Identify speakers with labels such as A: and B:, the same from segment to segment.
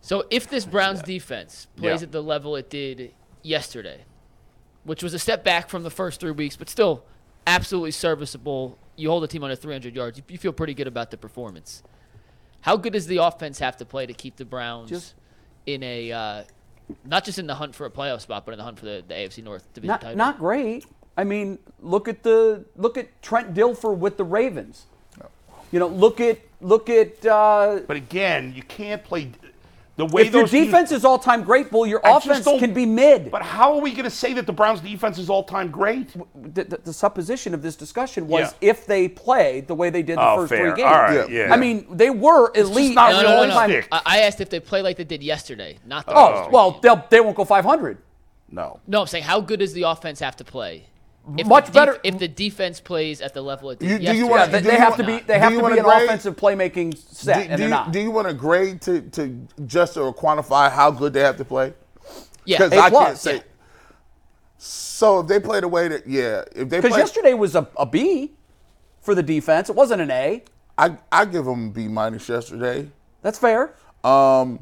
A: So if this Browns defense plays
B: Yeah.
A: at the level it did yesterday, which was a step back from the first three weeks, but still absolutely serviceable, you hold a team under 300 yards, you, you feel pretty good about the performance. How good does the offense have to play to keep the Browns
B: Just-
A: in a uh, not just in the hunt for a playoff spot, but in the hunt for the, the AFC North division
B: Not,
A: title?
B: not great. I mean, look at the look at Trent Dilfer with the Ravens. You know, look at look at uh,
C: But again, you can't play the way
B: if your
C: those teams-
B: defense is all time great, Bull, your
C: I just
B: offense
C: don't-
B: can be mid.
C: But how are we going to say that the Browns' defense is all-time great?
B: the, the, the supposition of this discussion was
C: Yeah.
B: if they played the way they did the
D: Oh,
B: first
D: fair.
B: three games.
D: All right, Yeah. yeah.
B: I mean, they were elite.
C: not
B: at
A: no,
B: one
A: no, no, no.
C: realistic.
B: time.
A: I, I asked if they play like they did yesterday, not the first
B: Oh,
A: three
B: well,
A: games.
B: they'll, they won't go 500.
C: No.
A: No, I'm saying how good does the offense have to play? If
B: Much
A: the def-
B: better-
A: If the defense plays at the level it did
E: You- do you
A: yesterday,
E: wanna-
B: Yeah, they,
E: do
B: they
E: you
B: have
E: want-
B: to be
A: Not.
B: they have
E: do
B: to
E: you
B: be an
E: wanna grade-
B: offensive playmaking set, and
E: do,
B: they're
E: you,
B: not.
E: do you want to grade to, to just or quantify how good they have to play?
A: Yeah,
E: Because I can't
B: plus,
E: say.
B: yeah.
E: So if they play the way that, yeah, if they
B: Because
E: play,
B: yesterday was a, a B for the defense. It wasn't an A.
E: I I give them B minus yesterday.
B: That's fair.
E: Um,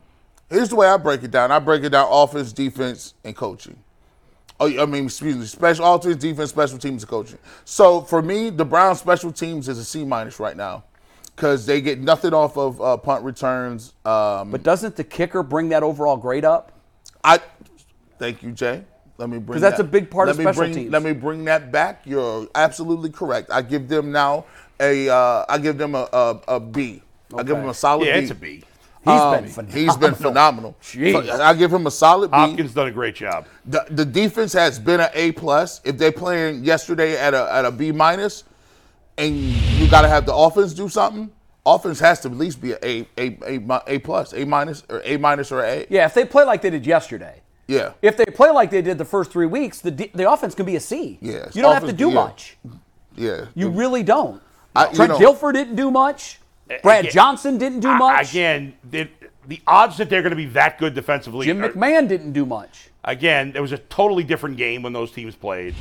E: here's the way I break it down. I break it down: offense, defense, and coaching. Oh, I mean, excuse me, special offense, defense, special teams, and coaching. So for me, the Browns' special teams is a C minus right now because they get nothing off of uh, punt returns. Um,
B: But doesn't the kicker bring that overall grade up?
E: I thank you, Jay. Let me bring
B: 'Cause that's
E: that-
B: a big part
E: let
B: of
E: me
B: special
E: bring,
B: teams.
E: Let me bring that back. You're absolutely correct. I give them now a uh, I give them a a, a B. I give them a solid
C: Yeah,
E: B.
C: it's a B.
B: He's
E: Um,
B: been phenomenal.
E: He's been phenomenal.
B: Jeez.
E: So I give him a solid B.
C: Hopkins done a great job.
E: The, the defense has been an A plus. If they playing yesterday at a at a B minus, and you got to have the offense do something. Offense has to at least be a A A A, mi- a plus, A minus, or A minus or A.
B: Yeah, if they play like they did yesterday.
E: Yeah.
B: If they play like they did the first three weeks, the de- the offense can be a C.
E: Yeah, it's
B: you don't have to
E: offense-
B: do
E: yeah.
B: much.
E: Yeah.
B: You really don't.
E: I- you
B: Trent
E: know-
B: Dilfer didn't do much. Brad
C: again-
B: Johnson didn't do
C: I-
B: much.
C: again, the, the odds that they're going to be that good defensively.
B: Jim
C: are-
B: McMahon didn't do much.
C: Again, it was a totally different game when those teams played.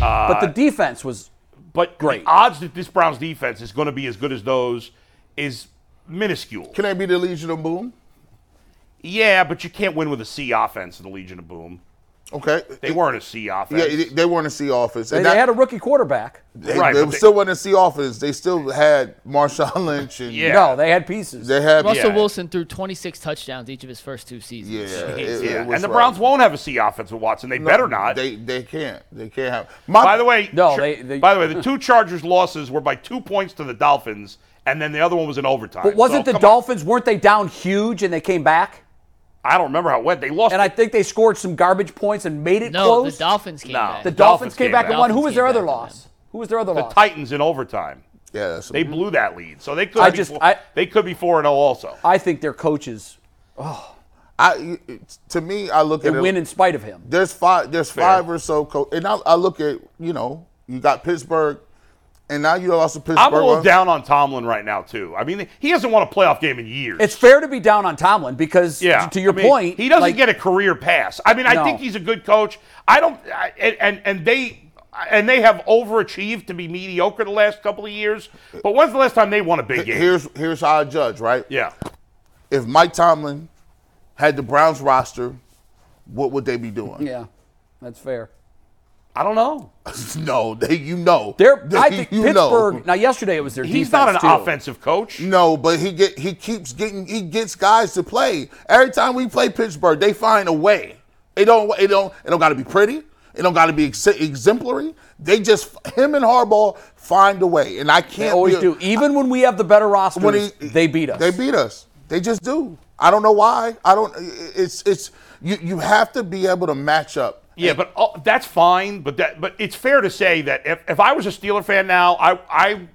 B: But
C: uh,
B: the defense was
C: But
B: Great.
C: the odds that this Browns defense is going to be as good as those is minuscule.
E: Can they be the Legion of Boom?
C: yeah, but you can't win with a C offense in the Legion of Boom.
E: Okay.
C: They weren't a C offense.
E: Yeah, they, they weren't a C offense.
B: they,
E: And
B: they
E: that-
B: had a rookie quarterback.
E: they-
C: right,
E: they
C: but they-
E: still weren't a C offense. They still had Marshawn Lynch and
C: Yeah.
B: No, they had pieces.
E: they had
A: Russell
C: Yeah.
A: Wilson threw 26 touchdowns each of his first two seasons.
E: yeah. it- it
C: Yeah,
E: was
C: and the
E: rough.
C: Browns won't have a C offense with Watson. They better not.
E: They they can't. They can't have. My,
C: by the way,
B: No, they- they-
C: by the way, the two Chargers losses were by two points to the Dolphins, and then the other one was in overtime.
B: But wasn't
C: So,
B: the
C: come on.
B: Dolphins? Weren't they down huge and they came back?
C: I don't remember how it went. They lost.
B: And I think they scored some garbage points and made it
A: No,
B: close.
A: the Dolphins came
C: No.
A: back.
B: The
C: Dolphins
B: Dolphins
C: came
B: came back
C: back.
B: and won. Who
A: Dolphins
B: was their
A: came
B: other
A: back and
B: loss? Who was their other
C: the
B: loss?
C: Titans in overtime.
E: yeah, that's
C: They blew that lead, so they could.
B: I
C: be
B: just-
C: four,
B: I-
C: they could be four and zero also.
B: I think their coaches
E: I it- to me, I look
B: they
E: at it.
B: win in spite of him.
E: there's five. There's five or so. Co- and I, I look at you know you got Pittsburgh, and now you lost to Pittsburgh.
C: I'm a little
E: on-
C: down on Tomlin right now too. I mean, he hasn't won a playoff game in years.
B: It's fair to be down on Tomlin because,
C: yeah.
B: to your
C: I mean,
B: point,
C: he doesn't
B: like,
C: get a career pass. I mean, I
B: No.
C: think he's a good coach. I don't. I, and- and and they. And they have overachieved to be mediocre the last couple of years. But when's the last time they won a big game?
E: Here's here's how I judge. Right.
C: yeah.
E: If Mike Tomlin had the Browns roster, what would they be doing?
B: Yeah, that's fair.
C: I don't know.
E: No, they, you know.
B: They're,
E: They-
B: I think
E: you
B: Pittsburgh.
E: Know.
B: Now, yesterday it was their
C: He's
B: defense.
C: not an
B: too. Mm.
C: offensive coach.
E: No, but he get he keeps getting he gets guys to play. Every time we play Pittsburgh, they find a way. It don't it don't it don't got to be pretty. It don't got to be ex- exemplary. They just him and Harbaugh find a way, and I can't.
B: They always
E: be-
B: do. Even when we have the better rosters,
E: when he-
B: they beat us.
E: They beat us. They just do. I don't know why. I don't. It's it's you you have to be able to match up.
C: Yeah, but uh, that's fine. But that, but it's fair to say that if, if I was a Steeler fan now, I, I,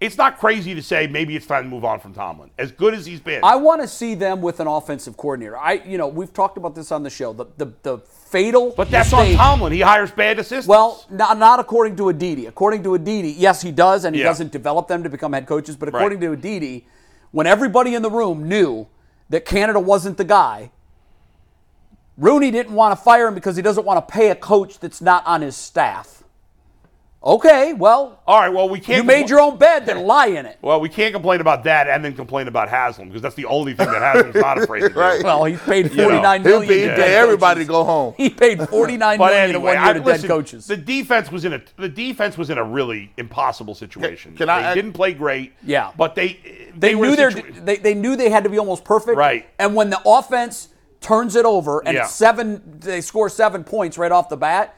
C: it's not crazy to say maybe it's time to move on from Tomlin. As good as he's been,
B: I want to see them with an offensive coordinator. I, you know, we've talked about this on the show. The the, the fatal.
C: but that's on
B: mistake-
C: Tomlin. He hires bad assistants.
B: Well, not, not according to Aditi. According to Aditi, yes, he does, and he
C: Yeah.
B: doesn't develop them to become head coaches. But according
C: Right.
B: to Aditi, when everybody in the room knew that Canada wasn't the guy, Rooney didn't want to fire him because he doesn't want to pay a coach that's not on his staff. Okay, well,
C: All right, well we can't.
B: you made
C: compl-
B: your own bed, then lie in it.
C: Well, we can't complain about that and then complain about Haslam because that's the only thing that Haslam's not afraid to do.
E: Right.
B: Well, he's paid
C: know,
B: forty nine
E: He'll
B: million.
E: be
B: to
E: yeah.
B: dead coaches.
E: everybody to go home.
B: He paid forty nine
C: But
B: million
C: anyway,
B: to one year
C: I,
B: to
C: listen,
B: dead coaches.
C: the defense was in a the defense was in a really impossible situation.
E: Can I
C: they
E: add-
C: didn't play great.
B: Yeah.
C: but they
B: they,
C: were in
B: knew
C: a
B: their,
C: situa-
B: they they knew they had to be almost perfect.
C: Right.
B: And when the offense turns it over and it's
C: Yeah.
B: seven, they score seven points right off the bat.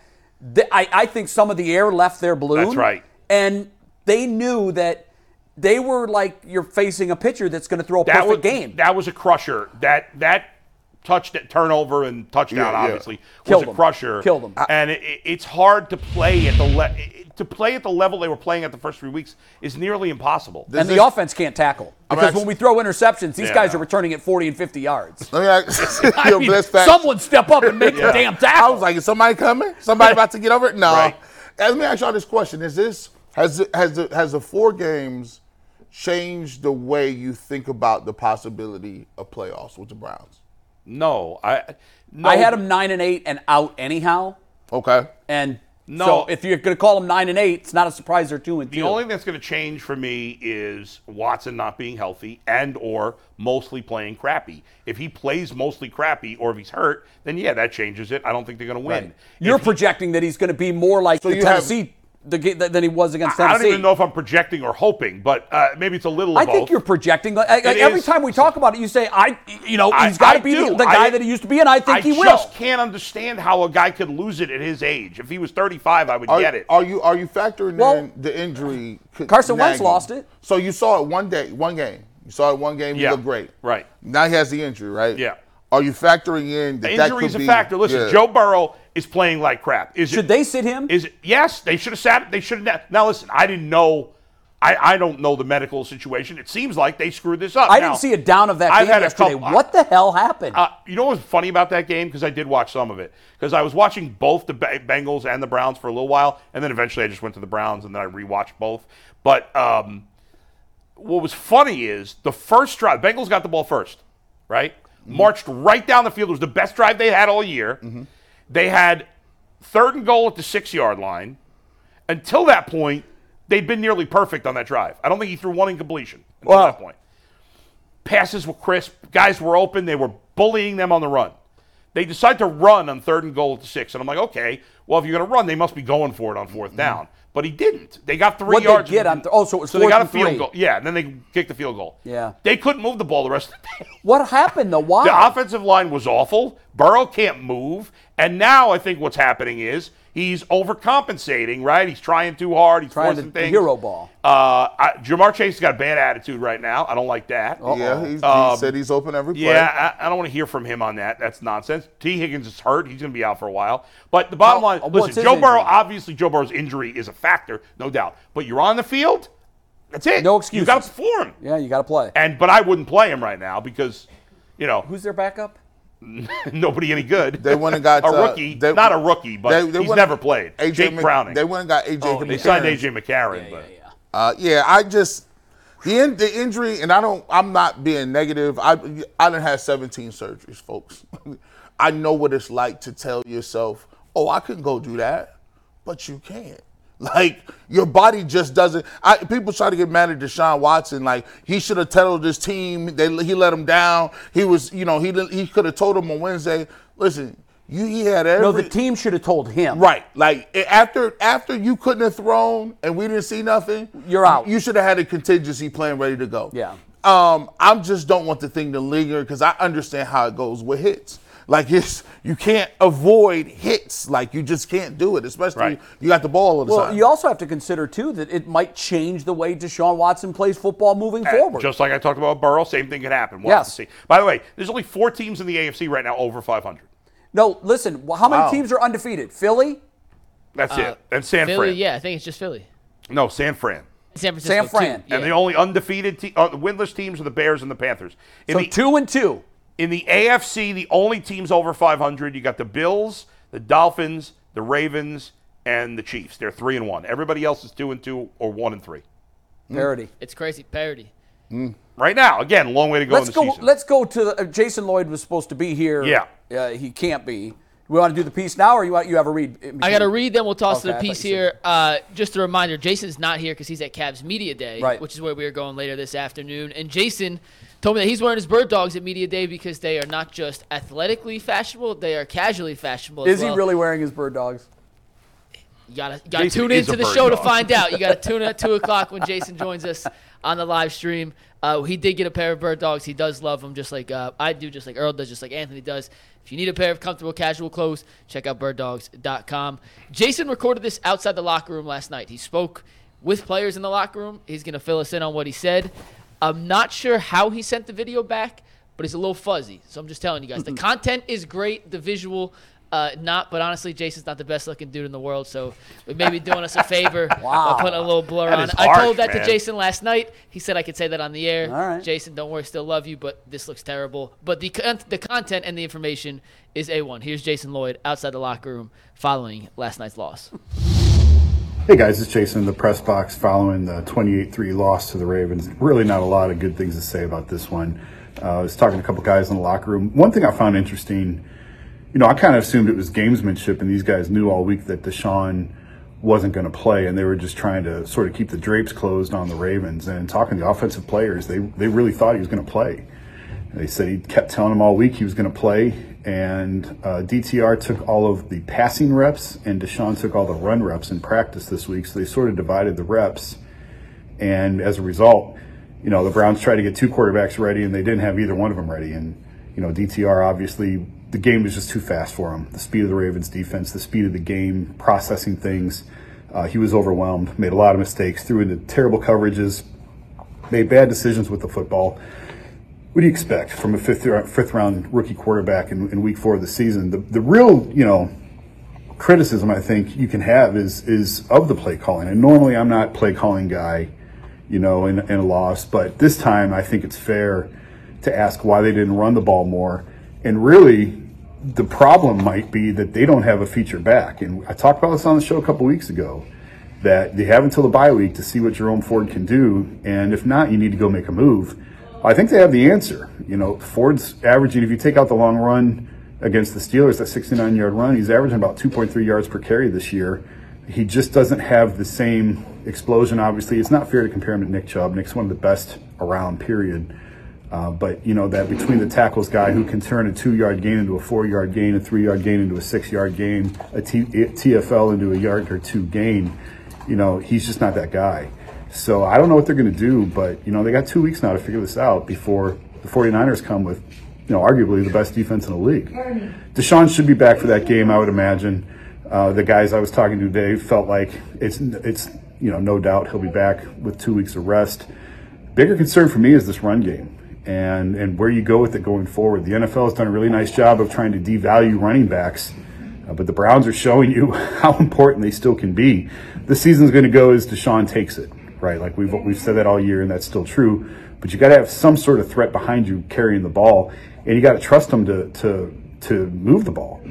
B: th I I think some of the air left their balloon.
C: That's right.
B: And they knew that they were like you're facing a pitcher that's going to throw a
C: that
B: perfect
C: was
B: game.
C: That was a crusher. That that touch that turnover and touchdown
E: Yeah, yeah.
C: obviously
B: Killed
C: was a
B: them.
C: crusher.
B: Killed them.
C: And it, it- it's hard to play at the le- to play at the level they were playing at the first three weeks is nearly impossible.
B: and the
E: this-
B: offense can't tackle because
E: actually-
B: when we throw interceptions, these
C: Yeah.
B: guys are returning at 40 and 50 yards.
E: Let me ask your
B: mean,
E: blessed fact.
B: someone step up and make the
C: Yeah.
B: damn
E: I
B: tackle.
E: was like, is somebody coming? Somebody about to get over it? No.
C: Right.
E: And Let me ask y'all this question: Is this has it, has the, has the four games changed the way you think about the possibility of playoffs with the Browns?
C: No, I no,
B: I had them nine and eight and out anyhow.
E: Okay.
B: And
C: No.
B: so if you're going to call them nine and eight, it's not a surprise they're two and
C: The
B: two.
C: only thing that's going to change for me is Watson not being healthy and or mostly playing crappy. If he plays mostly crappy or if he's hurt, then yeah, that changes it. I don't think they're going to win.
B: You're projecting that he's going to be more like the
E: you have-
B: Tennessee the, ga- th- than he was against
C: I
B: Tennessee.
C: don't even know if I'm projecting or hoping, but uh, maybe it's a little. Of
B: I think
C: both.
B: you're projecting. Like, like,
C: It
B: every
C: is.
B: time we talk about it, you say, "I, you know,
C: I-
B: he's got
C: I
B: to be the,
C: do.
B: the guy
C: I-
B: that he used to be," and I think
C: I
B: he will.
C: just can't understand how a guy could lose it at his age. If he was 35, I would
E: Are,
C: get it.
E: are you are you factoring
B: Well,
E: in the injury? c-
B: Carson Wentz
E: nagging?
B: lost it.
E: So you saw it one day, one game. You saw it one game. He
C: Yeah,
E: looked great.
C: right.
E: Now he has the injury, right?
C: Yeah.
E: Are you factoring in that that
C: Injury
E: could
C: is a
E: be-
C: factor. Listen,
E: yeah.
C: Joe Burrow is playing like crap. Is
B: Should
C: it,
B: they sit him?
C: Is it, yes, they should have sat. They should have. Now listen, I didn't know. I, I don't know the medical situation. It seems like they screwed this up.
B: I
C: Now,
B: didn't see a down of that
C: I've
B: game
C: had a
B: yesterday.
C: couple-
B: what the hell happened?
C: Uh, you know what's funny about that game? Because I did watch some of it. Because I was watching both the Ba- Bengals and the Browns for a little while, and then eventually I just went to the Browns, and then I rewatched both. But um, what was funny is the first drive, Bengals got the ball first, right? Marched right down the field. It was the best drive they had all year. They had third and goal at the six yard line. Until that point, they'd been nearly perfect on that drive. I don't think he threw one incompletion until
E: Wow.
C: that point. Passes were crisp. Guys were open. They were bullying them on the run. They decide to run on third and goal at the six. And I'm like, okay, well, if you're going to run, they must be going for it on 4th down. But he didn't. They got 3
B: Mm-hmm. What'd they
C: yards.
B: get on th- oh, so it was
C: so they
B: fourth
C: got a
B: and
C: field
B: three.
C: goal. Yeah, and then they kicked the field goal.
B: Yeah.
C: They couldn't move the ball the rest of the day.
B: what happened though? Why?
C: The offensive line was awful. Burrow can't move. And now I think what's happening is he's overcompensating, right? He's trying too hard. He's
B: Trying
C: forcing
B: to
C: things.
B: hero ball.
C: Uh, I, Jamar Chase has got a bad attitude right now. I don't like that.
B: Oh,
E: Yeah, he, he said he's open every play.
C: Um, Yeah, I, I don't want to hear from him on that. That's nonsense. T. Higgins is hurt. He's going to be out for a while. But the bottom
B: How-
C: line,
B: what's
C: listen,
B: his
C: Joe Burrow,
B: injury?
C: obviously, Joe Burrow's injury is a factor, no doubt. But you're on the field. That's it.
B: No
C: You
B: excuses.
C: got to perform.
B: yeah, you got to play.
C: And but I wouldn't play him right now because, you know,
B: Who's their backup?
C: nobody any good.
E: They went and got
C: a
E: uh,
C: rookie,
E: they-
C: not a rookie, but
E: they- they
C: he's
E: went-
C: never played.
E: AJ
C: Jake
E: Mc-
C: Browning. Oh,
E: They went and got AJ.
B: they
C: they signed
E: McCarron.
C: AJ McCarron, but
E: Uh, yeah, I just the in, the injury, and I don't. I'm not being negative. I I done had 17 surgeries, folks. I know what it's like to tell yourself, "Oh, I can go do that," but you can't. Like your body just doesn't. I, people try to get mad at Deshaun Watson. Like he should have told his team. They he let him down. He was, you know, he didn't- he could have told him on Wednesday. Listen, you he had every.
B: No, the team should have told him.
E: Right. Like a- after after you couldn't have thrown and we didn't see nothing,
B: You're out.
E: You should have had a contingency plan ready to go.
B: Yeah.
E: Um, I just don't want the thing to linger because I understand how it goes with hits. Like it's you can't avoid hits. Like you just can't do it, especially
C: Right.
E: you got the ball all the
B: Well,
E: time.
B: you also have to consider too that it might change the way Deshaun Watson plays football moving forward.
C: Eh, Just like I talked about Burrow, same thing could happen. We'll have
B: Yes.
C: to see. By the way, there's only four teams in the AFC right now over 500.
B: no, listen. wh- How many
E: Wow.
B: teams are undefeated? Philly,
C: That's it. And San
A: Philly,
C: Fran.
A: yeah, I think it's just Philly.
C: No, San Fran.
A: San Francisco.
B: San
A: too,
B: Fran.
A: yeah.
C: And the only undefeated, te- uh, winless teams are the Bears and the Panthers. In
B: so
C: the
B: two and two.
C: in the AFC, the only teams over 500, you got the Bills, the Dolphins, the Ravens, and the Chiefs. They're three and one. Everybody else is two and two or one and three. Mm.
B: Parity.
A: It's crazy. Parody.
C: Right now, again, long way to go
B: Let's
C: in the
B: go.
C: season.
B: Let's go to the, uh, Jason Lloyd was supposed to be here.
C: Yeah.
B: Uh, he can't be. Do we want to do the piece now, or you want you have a read? uh, in
A: I got to
B: between?
A: read, then we'll toss to
B: Okay, I
A: the
B: thought
A: piece
B: you said-
A: here. Uh, just a reminder Jason's not here because he's at Cavs Media Day,
B: Right.
A: which is where we are going later this afternoon. And Jason told me that he's wearing his bird dogs at Media Day because they are not just athletically fashionable, they are casually fashionable. as
B: Is he
A: well.
B: really wearing his bird dogs?
A: You gotta, you gotta
C: Jason
A: tune
C: is
A: into
C: a
A: the
C: bird
A: show to
C: dog.
A: find out. You gotta tune in at two o'clock when Jason joins us on the live stream. Uh, he did get a pair of bird dogs. He does love them, just like uh, I do, just like Earl does, just like Anthony does. If you need a pair of comfortable casual clothes, check out birddogs.com. Jason recorded this outside the locker room last night. He spoke with players in the locker room. He's gonna fill us in on what he said. I'm not sure how he sent the video back, but it's a little fuzzy. So I'm just telling you guys,
C: Mm-hmm.
A: the content is great, the visual. Uh, not, but honestly, Jason's not the best looking dude in the world, so we may be doing us a favor
B: Wow.
A: by putting a little blur
C: That
A: on.
C: is
A: it. I
C: harsh,
A: told that to
C: man.
A: Jason last night. He said I could say that on the air.
B: All right.
A: Jason, don't worry, still love you, but this looks terrible. But the con- the content and the information is a one. Here's Jason Lloyd outside the locker room following last night's loss.
D: Hey guys, it's Jason in the press box following the 28 3 loss to the Ravens. Really, not a lot of good things to say about this one. Uh, I was talking to a couple guys in the locker room. One thing I found interesting, you know, I kind of assumed it was gamesmanship, and these guys knew all week that Deshaun wasn't going to play, and they were just trying to sort of keep the drapes closed on the Ravens. And talking to the offensive players, they, they really thought he was going to play. They said he kept telling him all week he was going to play, and uh, DTR took all of the passing reps, and Deshaun took all the run reps in practice this week. So they sort of divided the reps, and as a result, you know the Browns tried to get two quarterbacks ready, and they didn't have either one of them ready. And you know DTR obviously the game was just too fast for him. The speed of the Ravens defense, the speed of the game, processing things. Uh, he was overwhelmed, made a lot of mistakes, threw into terrible coverages, made bad decisions with the football. What do you expect from a fifth uh, fifth round rookie quarterback in, in week four of the season? The the real you know criticism I think you can have is is of the play calling. And normally I'm not play calling guy, you know, in, in a loss, but this time I think it's fair to ask why they didn't run the ball more. And really, the problem might be that they don't have a feature back. And I talked about this on the show a couple weeks ago that they have until the bye week to see what Jerome Ford can do, and if not, you need to go make a move. I think they have the answer. You know, Ford's averaging if you take out the long run against the Steelers, that 69-yard run, he's averaging about 2.3 yards per carry this year. He just doesn't have the same explosion. Obviously, it's not fair to compare him to Nick Chubb. Nick's one of the best around. Period. Uh, but you know that between the tackles guy who can turn a two-yard gain into a four-yard gain, a three-yard gain into a six-yard gain, a T- TFL into a yard or two gain, you know he's just not that guy. So I don't know what they're going to do, but you know they got two weeks now to figure this out before the 49ers come with, you know, arguably the best defense in the league. Deshaun should be back for that game, I would imagine. Uh, the guys I was talking to today felt like it's it's you know no doubt he'll be back with two weeks of rest bigger concern for me is this run game and and where you go with it going forward. The NFL has done a really nice job of trying to devalue running backs, uh, but the Browns are showing you how important they still can be. The season's going to go as Deshaun takes it, right? Like we've we've said that all year, and that's still true. But you got to have some sort of threat behind you carrying the ball, and you got to trust them to to to move the ball.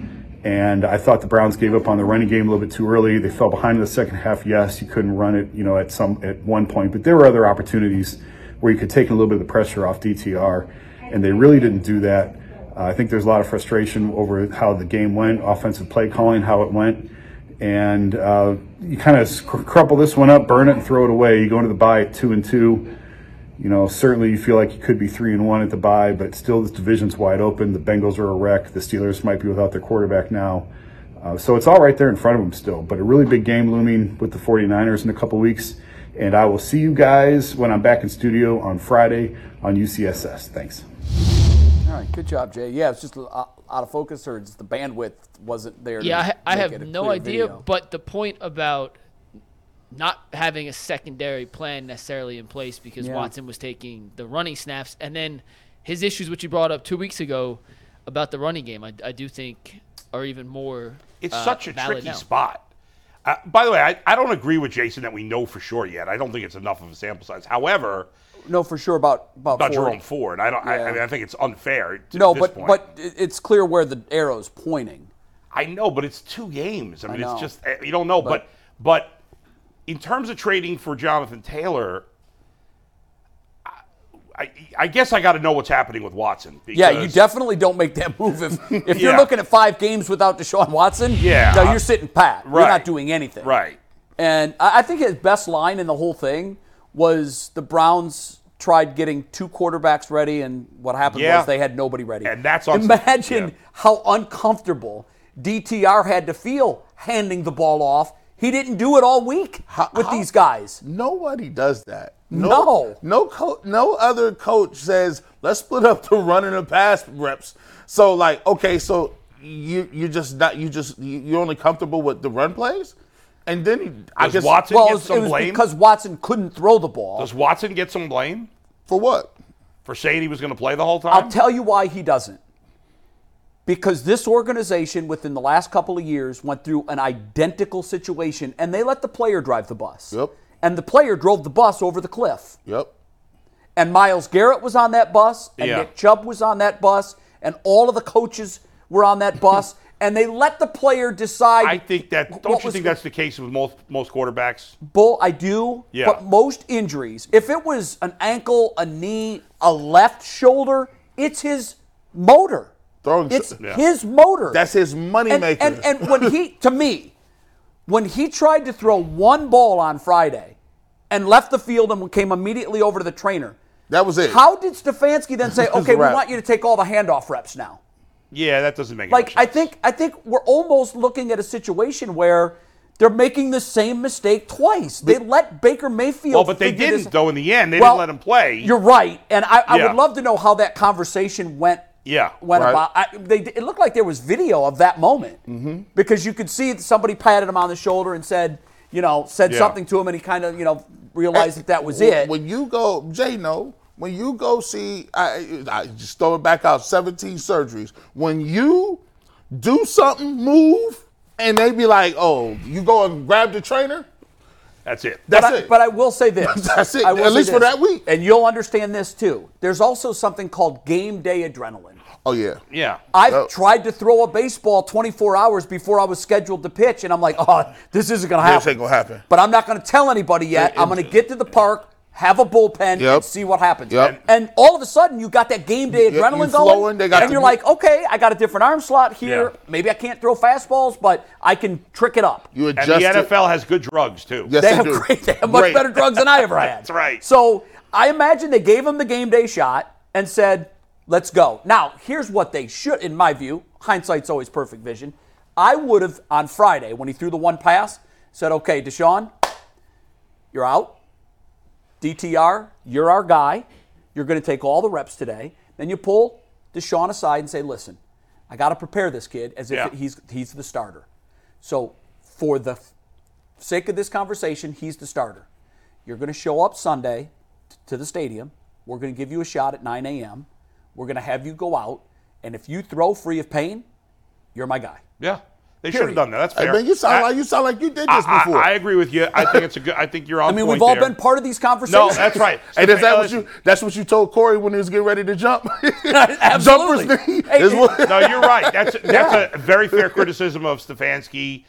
D: And I thought the Browns gave up on the running game a little bit too early. They fell behind in the second half. Yes, you couldn't run it, you know, at some at one point, but there were other opportunities where you could take a little bit of the pressure off DTR, and they really didn't do that. Uh, I think there's a lot of frustration over how the game went, offensive play calling, how it went, and uh, you kind of cr- crumple this one up, burn it, and throw it away. You go into the bye at two and two you know, certainly you feel like you could be three and one at the bye, but still this division's wide open. The Bengals are a wreck. The Steelers might be without their quarterback now. Uh, so it's all right there in front of them still, but a really big game looming with the 49ers in a couple weeks. And I will see you guys when I'm back in studio on Friday on UCSS. Thanks.
B: All right, good job, Jay. Yeah, it's just uh, out of focus, or just the bandwidth wasn't there.
A: Yeah, I,
B: to
A: ha- I
B: make
A: have
B: it a
A: no
B: clear
A: idea.
B: video.
A: But the point about not having a secondary plan necessarily in place because
B: Yeah.
A: Watson was taking the running snaps, and then his issues, which you brought up two weeks ago about the running game, I, I do think are even more.
C: It's
A: uh,
C: such a
A: valid
C: tricky
A: now.
C: spot. Uh, by the way, I, I don't agree with Jason that we know for sure yet. I don't think it's enough of a sample size. However,
B: no, for sure about about,
C: about
B: Ford.
C: Jerome Ford, I don't. I, I,
B: Yeah.
C: mean, I think it's unfair. To
B: No,
C: this
B: but
C: point.
B: but it- it's clear where the arrow's pointing.
C: I know, but it's two games. I mean,
B: know.
C: it's just eh, you don't know. But, but in terms of trading for Jonathan Taylor, I- I, I guess I got to know what's happening with Watson.
B: Yeah, you
C: because-
B: definitely don't make that move if, if you're
C: Yeah.
B: looking at five games without Deshaun Watson.
C: Yeah.
B: no, you're sitting pat. You're not
C: Right.
B: doing anything.
C: Right.
B: And I I think his best line in the whole thing was the Browns tried getting two quarterbacks ready, and what happened
C: Yeah.
B: was they had nobody ready.
C: And that's on-
B: imagine
C: yeah.
B: how uncomfortable DTR had to feel handing the ball off. He didn't do it all week with
E: how-
B: these guys.
E: Nobody does that.
B: No.
E: No co- no other coach says, let's split up the run and the pass reps. So like, okay, so you you just not you just you- you're only comfortable with the run plays? And then he- I
C: Does
E: guess
C: Watson
B: Well, it
C: get
B: was,
C: some
B: it was
C: blame?
B: because Watson couldn't throw the ball.
C: Does Watson get some blame
E: for what?
C: for saying he was going to play the whole time?
B: I'll tell you why he doesn't. Because this organization within the last couple of years went through an identical situation and they let the player drive the bus.
E: Yep.
B: And the player drove the bus over the cliff.
E: Yep.
B: And Miles Garrett was on that bus and
C: Yeah.
B: Nick Chubb was on that bus and all of the coaches were on that bus and they let the player decide
C: I think that. Don't
B: what
C: you
B: was-
C: think that's the case with most most quarterbacks?
B: Bull, I do.
C: Yeah.
B: But most injuries, if it was an ankle, a knee, a left shoulder, it's his motor.
E: Throwing-
B: it's
E: Yeah.
B: his motor.
E: That's his money
B: and,
E: maker.
B: and and when he to me, when he tried to throw one ball on Friday and left the field and came immediately over to the trainer,
E: that was it.
B: how did Stefanski then say,
E: was
B: Okay,
E: a
B: we
E: wrap."
B: want you to take all the handoff reps now?
C: Yeah, that doesn't make
B: like
C: any
B: I
C: sense.
B: think I think we're almost looking at a situation where they're making the same mistake twice. They let Baker Mayfield.
C: Well, but they
B: figure
C: didn't
B: this-
C: though. In the end, they
B: Well,
C: didn't let him play.
B: You're right, and I, I
C: Yeah.
B: would love to know how that conversation went.
C: Yeah,
B: went
E: right.
B: about. I, they, it looked like there was video of that moment mm-hmm. because you could see that somebody patted him on the shoulder and said, you know, said
C: Yeah.
B: something to him, and he kind of, you know, realized that that was
E: When-
B: it.
E: When you go, Jay, no. When you go see, I, I just throw it back out. Seventeen surgeries. When you do something, move, and they be like, "Oh, you go and grab the trainer."
C: That's it.
E: That's
B: but, I,
E: it.
B: but I will say this.
E: That's it,
B: I will
E: at
B: say
E: least for
B: this,
E: that week.
B: And you'll understand this too. There's also something called game day adrenaline.
E: oh yeah,
C: yeah.
B: I've
E: Oh.
B: tried to throw a baseball 24 hours before I was scheduled to pitch, and I'm like, oh, this isn't going to happen.
E: This ain't gonna happen.
B: But I'm not going to tell anybody yet. I'm going to get to the park, have a bullpen,
E: Yep.
B: and see what happens.
E: Yep.
B: And all of a sudden, you got that game day
E: you
B: adrenaline going.
E: flowing, they got
B: and
E: the-
B: you're like, okay, I got a different arm slot here.
C: Yeah.
B: Maybe I can't throw fastballs, but I can trick it up.
E: you
C: And
E: adjust.
C: the
E: it.
C: NFL has good drugs too.
E: Yes,
B: They have
E: do.
B: great. They have much
E: Great.
B: better drugs than I ever had.
C: That's right.
B: So I imagine they gave him the game day shot and said, "Let's go." Now, here's what they should, in my view. Hindsight's always perfect vision. I would have on Friday when he threw the one pass said, "Okay, Deshaun, you're out. DTR, you're our guy. You're going to take all the reps today. Then you pull Deshaun aside and say, listen, I got to prepare this kid as if
C: Yeah.
B: he's, he's the starter. So, for the f- sake of this conversation, he's the starter. You're going to show up Sunday t- to the stadium. We're going to give you a shot at 9 a.m. We're going to have you go out. And if you throw free of pain, you're my guy.
C: Yeah, they should have done that. That's
E: Hey,
C: fair.
E: man, you sound
C: I-
E: like you sound like you did
C: I,
E: this before.
C: I, I agree with you. I think it's a good. I think you're on.
B: I mean,
C: point
B: we've all
C: there.
B: been part of these
C: No,
B: conversations.
C: that's right.
E: and is that what
C: Listen,
E: you? That's what you told Corey when he was getting ready to jump.
B: Absolutely.
E: Jumper's knee
B: Hey,
E: is
B: it-
E: what-
C: No, you're right. That's that's a very fair criticism of Stefanski.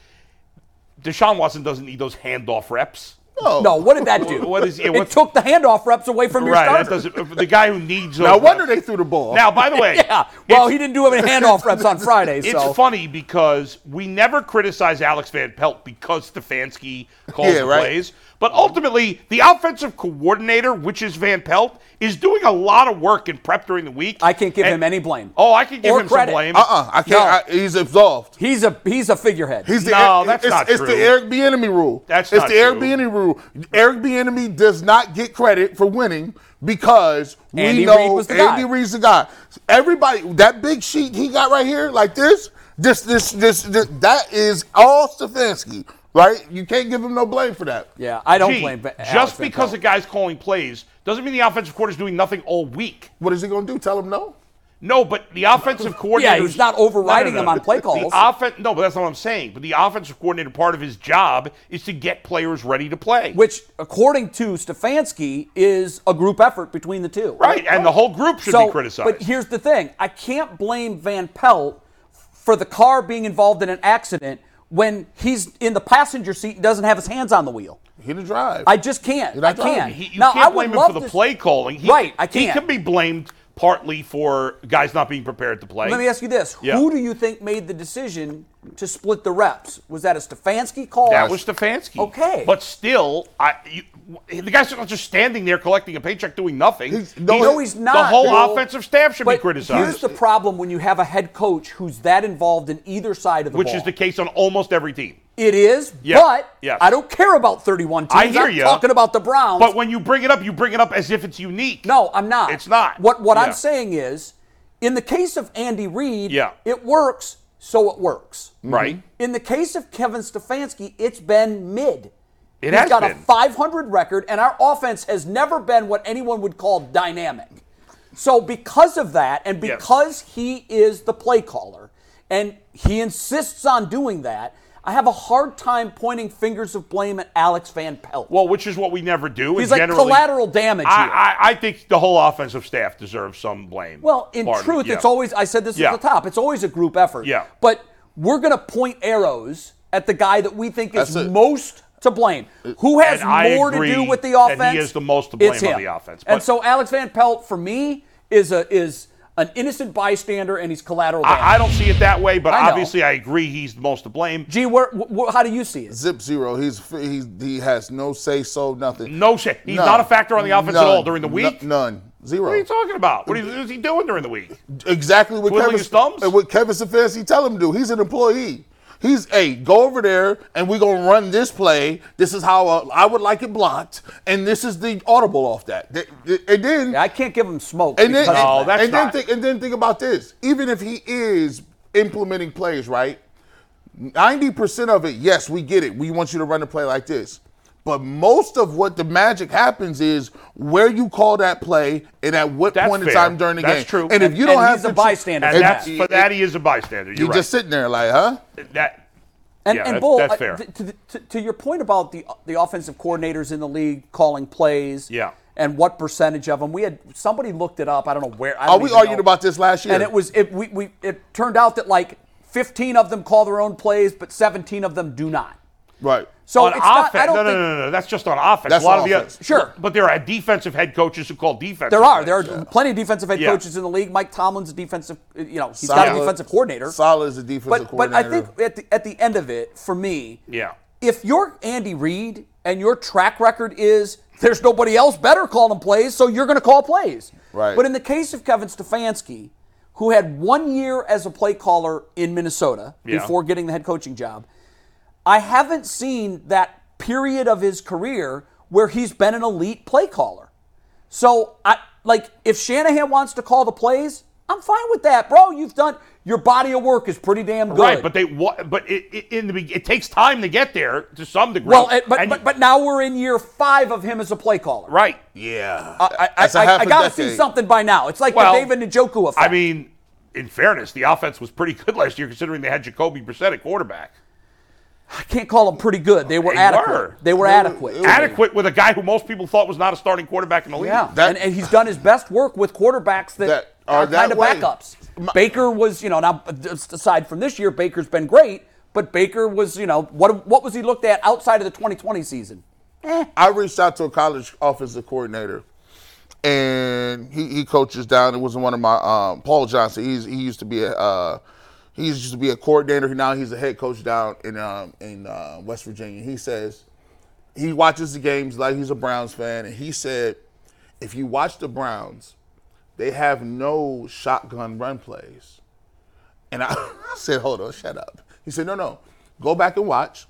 C: Deshaun Watson doesn't need those handoff reps.
E: Oh.
B: No, what did that do?
C: What is- yeah,
B: it
C: what's-
B: took the handoff reps away from your
C: Right. That
B: starter.
C: doesn't. The guy who needs those.
E: No wonder
C: reps.
E: they threw the ball.
C: Now, by the way,
B: yeah. Well,
C: it's-
B: he didn't do any handoff reps on Friday,
C: It's
B: so
C: funny because we never criticize Alex Van Pelt because Stefanski calls
E: Yeah,
C: the
E: right.
C: plays. But ultimately, the offensive coordinator, which is Van Pelt, is doing a lot of work in prep during the week.
B: I can't give
C: And-
B: him any blame.
C: Oh, I can give
B: Or
C: him
B: credit.
C: some blame.
E: uh-uh, I can't. I, he's absolved.
B: he's a he's a figurehead.
E: He's the
C: No,
E: Eric-
C: that's
E: it's,
C: not
E: it's
C: true.
E: the Eric Bieniemy rule.
C: That's
E: it's
C: not
E: the Eric
C: true.
E: Bieniemy rule. Eric Bieniemy does not get credit for winning because we
B: Andy
E: know
B: Reid was the
E: Andy
B: guy.
E: Reid's the guy. Everybody, that big sheet he got right here, like this, this, this, this, this that is all Stefanski, right? You can't give him no blame for that.
B: yeah, I don't
C: Gee,
B: blame. Ba- Alex
C: just
B: Van
C: because the
B: Pelt.
C: guy's calling plays doesn't mean the offensive coordinator's doing nothing all week.
E: What is he gonna do? Tell him no.
C: No, but the offensive coordinator.
B: he's not overriding
C: them
B: him on play calls.
C: The offen- no, but that's not what I'm saying. But the offensive coordinator, part of his job is to get players ready to play.
B: which according to Stefanski is a group effort between the two.
C: right, and the whole group should
B: so,
C: be criticized.
B: But here's the thing: I can't blame Van Pelt for the car being involved in an accident when he's in the passenger seat and doesn't have his hands on the wheel.
E: He didn't drive.
B: I just can't. I
E: not driving.
B: can't.
C: He, you
B: now, I
C: can't
B: would
C: blame him
B: love
C: for the
B: to-
C: play calling. He,
B: Right, I
C: He
B: can't.
C: can be blamed partly for guys not being prepared to play.
B: Let me ask you this:
C: Yeah.
B: Who do you think made the decision to split the reps? Was that a Stefanski call?
C: That was Stefanski.
B: Okay.
C: But still, I you, the guy's not just standing there collecting a paycheck doing nothing.
E: He's- no,
B: No, he's not.
C: The whole
B: Bill.
C: offensive staff should be
B: But
C: criticized.
B: Here's the problem when you have a head coach who's that involved in either side of the
C: which
B: ball.
C: is the case on almost every team.
B: It is,
C: Yeah,
B: but
C: yes.
B: I don't care about 31 teams.
C: I hear
B: am
C: ya.
B: talking about the Browns.
C: But when you bring it up, you bring it up as if it's unique.
B: no, I'm not.
C: It's not.
B: What what
C: Yeah.
B: I'm saying is, in the case of Andy Reid,
C: Yeah.
B: it works, so it works.
C: Right.
B: In the case of Kevin Stefanski, it's been mid.
C: It
B: He's
C: has
B: got
C: been.
B: a 500 record, and our offense has never been what anyone would call dynamic. So, because of that, and
C: Yes.
B: because he is the play caller, and he insists on doing that, I have a hard time pointing fingers of blame at Alex Van Pelt.
C: Well, which is what we never do. and
B: He's like
C: generally-
B: collateral damage here.
C: I, I, I think the whole offensive staff deserves some blame.
B: Well, in
C: Part of it,
B: truth,
C: yeah.
B: it's always, I said this
C: Yeah.
B: at the top, it's always a group effort.
C: Yeah.
B: But we're going to point arrows at the guy that we think is
E: That's it.
B: most to blame. Who has
C: Uh, And I
B: more to do
C: agree
B: with the
C: that he
B: offense?
C: is the most to blame
B: It's
C: on
B: him.
C: the offense,
B: And
C: but-
B: so Alex Van Pelt, for me, is a is an innocent bystander and he's collateral damage.
C: I, I don't see it that way, but
B: I know.
C: obviously I agree he's the most to blame.
B: Gee, where, wh- wh- how do you see it?
E: Zip zero. He's he's he has no say so nothing.
C: No shit. He's
E: None.
C: not a factor on the offense at all
E: None.
C: during the
E: N-
C: week.
E: none. Zero.
C: What are you talking about? What is, what is he doing during the week?
E: Exactly what
C: Twiddling
E: Kevin
C: his thumbs?
E: and what Kevin Stefanski tell him to do. He's an employee. He's hey, go over there and we're gonna run this play. This is how uh, I would like it blocked, and this is the audible off that. Th- th- And then
B: I can't give him smoke.
E: and then,
B: because Oh,
C: No,
B: of
C: that's
E: and, then
C: not-
E: think, and then think about this. Even if he is implementing plays, right? 90% of it, yes, we get it. We want you to run a play like this. But most of what the magic happens is where you call that play and at what
C: That's
E: point in
C: fair.
E: time during the
C: That's
E: game.
C: true.
E: And if you
B: And-
E: don't
B: and
E: have
B: he's a
E: the-
B: bystander
C: And
B: It-
C: that's
E: it-
C: for that he is a bystander. You're
E: you're
C: right.
E: just sitting there like, huh?
C: that
B: And,
C: Yeah,
B: and
C: that's-
B: Bull,
C: that's
B: uh,
C: fair.
B: th- to, to, to your point about the the offensive coordinators in the league calling plays,
C: Yeah.
B: and what percentage of them we had somebody looked it up. I don't know where. I
C: Oh,
E: Are
B: don't
E: we
B: even
E: argued
B: know.
E: about this last year?
B: And it was it we, we it turned out that like 15 of them call their own plays, but 17 of them do not.
E: right.
B: So
C: on
B: it's not. I
C: offense.
B: don't
C: No, no,
B: think
C: no, no, no. That's just on offense.
E: That's
C: a lot
E: on
C: of the
E: offense.
C: oth-
B: Sure.
C: but there are defensive head coaches who call defense.
B: there are there are plenty of defensive head
C: Yeah.
B: coaches in the league. Mike Tomlin's a defensive, you know, he's got a
E: Solid-
B: defensive coordinator.
E: Solid is a defensive
B: but but I
E: coordinator.
B: think at the at the end of it, for me,
C: Yeah.
B: if you're Andy Reid and your track record is there's nobody else better calling plays, so you're going to call plays.
E: Right.
B: But in the case of Kevin Stefanski, who had one year as a play caller in Minnesota
C: Yeah.
B: before getting the head coaching job, I haven't seen that period of his career where he's been an elite play caller. So I like if Shanahan wants to call the plays, I'm fine with that, bro. You've done your body of work is pretty damn good.
C: Right, but they what? But it, it, in the be- it takes time to get there to some degree.
B: Well, and- but,
C: And
B: but
C: you-
B: but now we're in year five of him as a play caller.
C: right.
E: yeah.
B: I, I,
E: That's a
B: I,
E: half
B: I
E: a
B: gotta see
E: decade.
B: something by now. It's like
C: Well,
B: the David Njoku effect.
C: I mean, in fairness, the offense was pretty good last year considering they had Jacoby Brissett at quarterback.
B: I can't call them pretty good. They were
C: They
B: adequate.
C: were.
B: They were
E: They were-
B: adequate.
E: they were-
C: Adequate with a guy who most people thought was not a starting quarterback in the league.
B: yeah,
E: That-
B: and, and he's done his best work with quarterbacks that,
E: That
B: are,
E: are
B: kind
E: that
B: of
E: way.
B: backups. Baker was, you know, now just aside from this year, Baker's been great, but Baker was, you know, what what was he looked at outside of the 2020 season?
E: I reached out to a college offensive coordinator, and he, he coaches down. It was one of my um, Paul Johnson. He's he used to be a uh, he used to be a coordinator. Now he's a head coach down in um, in uh, West Virginia. He says he watches the games like he's a Browns fan, and he said if you watch the Browns, they have no shotgun run plays. And I said, hold on, shut up. He said, no, no, go back and watch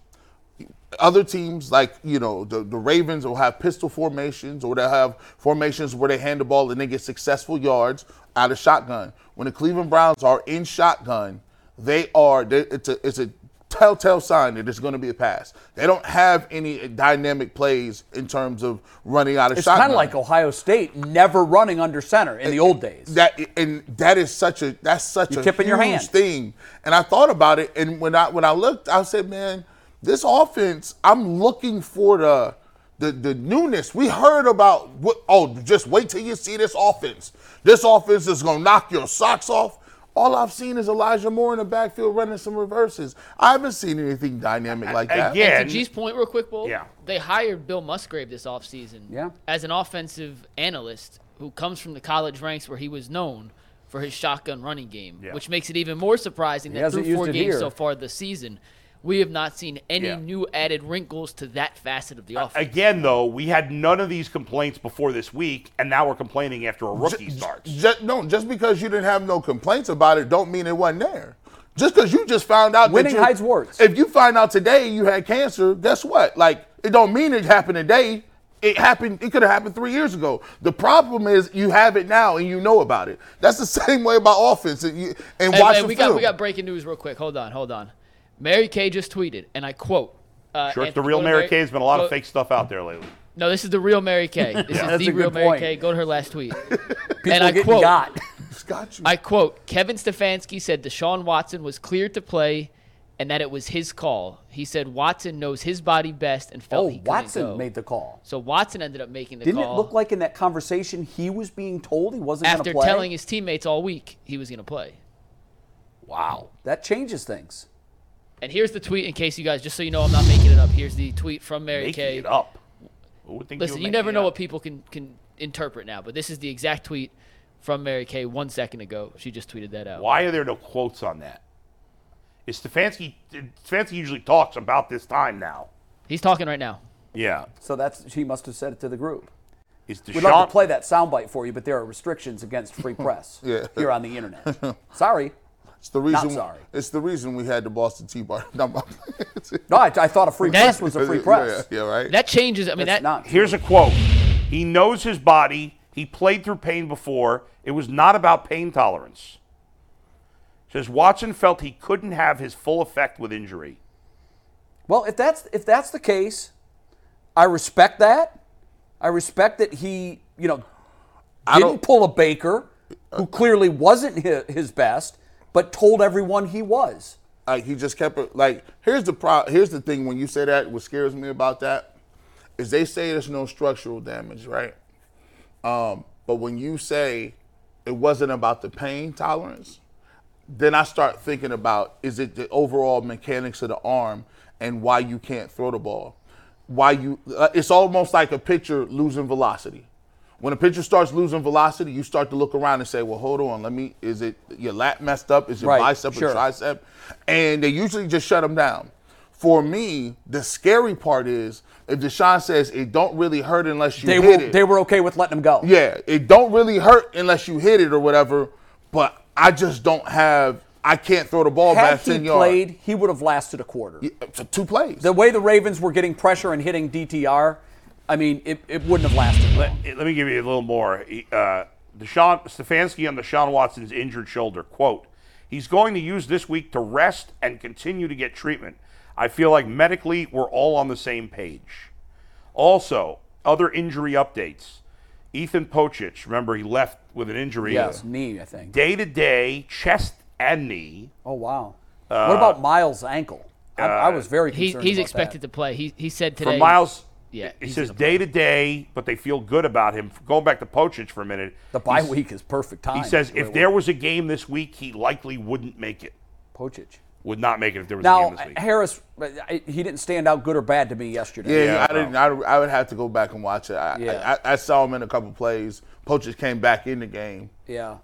E: other teams like you know the, the Ravens will have pistol formations or they'll have formations where they hand the ball and they get successful yards out of shotgun. When the Cleveland Browns are in shotgun, they are they, it's a it's a telltale sign that it's going to be a pass. They don't have any dynamic plays in terms of running out of
B: It's
E: shotgun.
B: kind of like Ohio State never running under center in the old days.
E: That and that is such a that's such
B: You're
E: a
B: tipping
E: huge
B: your hand.
E: thing. And I thought about it, and when I when I looked, I said, man, this offense. I'm looking for the the the newness. We heard about what. Oh, just wait till you see this offense. This offense is gonna knock your socks off. All I've seen is Elijah Moore in the backfield running some reverses. I haven't seen anything dynamic like that.
C: Again,
A: To G's point, real quick, Bull.
C: Yeah.
A: They hired Bill Musgrave this offseason
B: Yeah.
A: as an offensive analyst who comes from the college ranks where he was known for his shotgun running game,
C: Yeah.
A: which makes it even more surprising that
B: hasn't
A: through four
B: used it
A: games
B: here.
A: so far this season, we have not seen any
C: Yeah.
A: new added wrinkles to that facet of the offense.
C: again, though, we had none of these complaints before this week, and now we're complaining after a rookie starts.
E: Just, no, just because you didn't have no complaints about it, don't mean it wasn't there. Just because you just found out
B: Winning
E: that you-
B: hides warts.
E: If you find out today you had cancer, guess what? Like it don't mean it happened today. It happened. It could have happened three years ago. The problem is you have it now and you know about it. That's the same way about offense. And, you, and
A: Hey,
E: watch
A: hey,
E: the
A: we
E: film.
A: got we got breaking news real quick. Hold on, hold on. Mary Kay just tweeted, and I quote. Uh,
C: Sure, it's the
A: Anthony-
C: real
A: go to
C: Mary Kay. There's been a lot
A: go-
C: of fake stuff out there lately.
A: No, this is the real Mary Kay. This is
B: That's
A: the
B: a
A: real
B: good
A: Mary
B: point.
A: Kay. Go to her last tweet.
B: People
A: and I
B: getting
A: quote.
B: got.
E: It's got you.
A: I quote Kevin Stefanski said Deshaun Watson was cleared to play and that it was his call. He said Watson knows his body best and felt
B: Oh,
A: he couldn't go.
B: Watson made the call.
A: So Watson ended up making the
B: Didn't
A: call
B: it look like in that conversation he was being told he wasn't going
A: after
B: to play?
A: telling his teammates all week he was going to play.
B: wow, that changes things.
A: And here's the tweet in case you guys just so you know I'm not making it up. Here's the tweet from Mary
C: Making
A: Kay.
C: it up. Who would think
A: Listen,
C: were
A: you
C: making
A: never
C: it
A: know
C: up?
A: what people can can interpret now, but this is the exact tweet from Mary Kay 1 second ago. She just tweeted that out.
C: Why are there no quotes on that? Is Stefanski? Stefanski usually talks about this time now.
A: He's talking right now.
C: Yeah.
B: So that's he must have said it to the group.
C: Is Deshaun?
B: We'd love to play that soundbite for you, but there are restrictions against free press
E: Yeah.
B: here on the internet. Sorry.
E: it's the reason.
B: sorry.
E: It's the reason we had the Boston Tea Bar. Not my-
B: No, I, I thought a free
A: That-
B: press was a free press.
E: Yeah, yeah, right.
A: That changes. I mean
B: That's
A: that
B: not.
C: Here's a quote. He knows his body. He played through pain before. It was not about pain tolerance. Says Watson felt he couldn't have his full effect with injury.
B: Well, if that's if that's the case, I respect that. I respect that he, you know, didn't
E: don't- Uh,
B: pull a Baker, who clearly wasn't his, his best, but told everyone he was.
E: Like he just kept it. Like here's the pro. Here's the thing. When you say that, what scares me about that is they say there's no structural damage, right? Um, but when you say it wasn't about the pain tolerance, then I start thinking about is it the overall mechanics of the arm and why you can't throw the ball? Why you? Uh, it's almost like a pitcher losing velocity. When a pitcher starts losing velocity, you start to look around and say, "Well, hold on. Let me. Is it your lat messed up? Is your
B: Right,
E: bicep
B: sure.
E: or tricep?" And they usually just shut them down. For me, the scary part is if Deshaun says it don't really hurt unless you
B: They
E: hit
B: were
E: it.
B: they were okay with letting him go.
E: Yeah, it don't really hurt unless you hit it or whatever. But I just don't have. oh, I can't throw the ball
B: Had
E: back
B: he
E: ten yards.
B: played, he would have lasted a quarter.
E: T- two plays.
B: The way the Ravens were getting pressure and hitting DTR, I mean, it, it wouldn't have lasted.
C: Let,
B: Long.
C: let me give you a little more. He, Uh, Deshaun Stefanski on Deshaun Watson's injured shoulder. Quote: He's going to use this week to rest and continue to get treatment. I feel like medically we're all on the same page. Also, other injury updates. Ethan Pochich, remember he left with an injury.
B: Yes, knee, I think.
C: Day to day, chest and knee.
B: Oh wow. what about Miles' ankle? I, I was very
A: he,
B: concerned.
A: he's
B: about
A: expected
B: that.
A: to play. He he said
C: For
A: today
C: Miles,
A: Yeah,
C: he
A: he's
C: says
A: gonna
C: day to day, but they feel good about him. Going back to Pochich for a minute.
B: The bye week is perfect time.
C: He says if there was a game this week, he likely wouldn't make it.
B: Pochich.
C: Would not make it if there was a
B: Now
C: game this week.
B: Harris, I- he didn't stand out good or bad to me yesterday.
E: yeah,
C: Yeah,
E: I didn't. I, I would have to go back and watch it. I,
B: Yeah.
E: I, I saw him in a couple plays. Poachers came back in the game.
B: Yeah.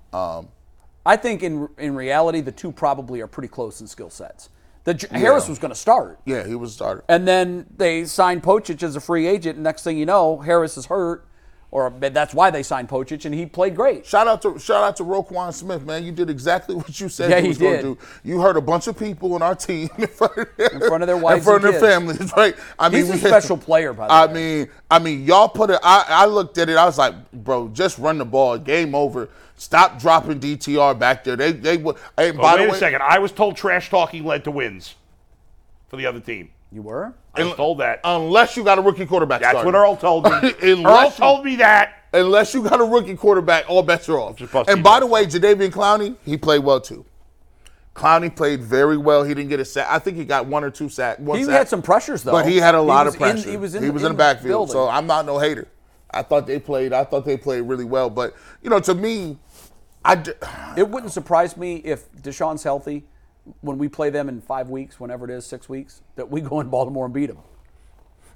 B: I think in in reality the two probably are pretty close in skill sets. The J- Harris was going to start,
E: Yeah, he was a starter.
B: and then they signed Pochich as a free agent. And next thing you know, Harris is hurt, or that's why they signed Pochich, and he played great.
E: Shout out to shout out to Roquan Smith, man. You did exactly what you said
B: Yeah,
E: you
B: he
E: was going to
B: did.
E: do. You heard a bunch of people on our team in front of their,
B: front of their wives
E: in front
B: and
E: of
B: kids.
E: their families, right? I
B: He's a
E: we-
B: special player, by the
E: I
B: way.
E: mean, I mean, y'all put it. I, I looked at it. I was like, bro, just run the ball. Game over. Stop dropping DTR back there. They they would. Hey,
C: But
E: by
C: Oh, wait
E: the
C: a
E: way,
C: second. I was told trash talking led to wins for the other team.
B: You were.
C: I was told that.
E: unless you got a rookie quarterback,
C: That's
E: starting.
C: what Earl told me. Earl
E: Unless you-
C: told me that.
E: Unless you got a rookie quarterback, all bets are off.
C: Just bust
E: And
C: defense.
E: by the way, Jadavian Clowney, he played well too. Clowney played very well. He didn't get a sack. I think he got one or two sacks.
B: He had some pressures though.
E: But he had a lot
B: was
E: of pressure.
B: In, he was in.
E: he
B: the,
E: was
B: in
E: in the backfield,
B: building.
E: so I'm not no hater. I thought they played. I thought they played really well. But you know, to me, I d-
B: It wouldn't surprise me if Deshaun's healthy when we play them in five weeks, whenever it is, six weeks, that we go in Baltimore and beat them.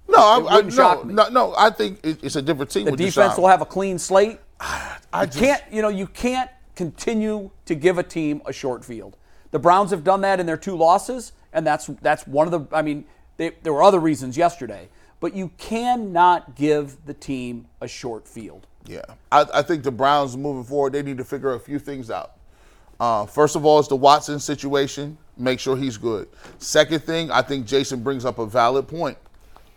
E: no, I, I,
B: wouldn't
E: no,
B: shock me.
E: no, no. I think it, it's a different team.
B: The
E: with
B: defense
E: Deshaun.
B: will have a clean slate.
E: I
B: You can't, you know, you can't continue to give a team a short field. The Browns have done that in their two losses, and that's that's one of the. I mean, they, there were other reasons yesterday, but you cannot give the team a short field.
E: Yeah, I, I think the Browns moving forward, they need to figure a few things out. Uh, first of all, is the Watson situation. Make sure he's good. Second thing, I think Jason brings up a valid point.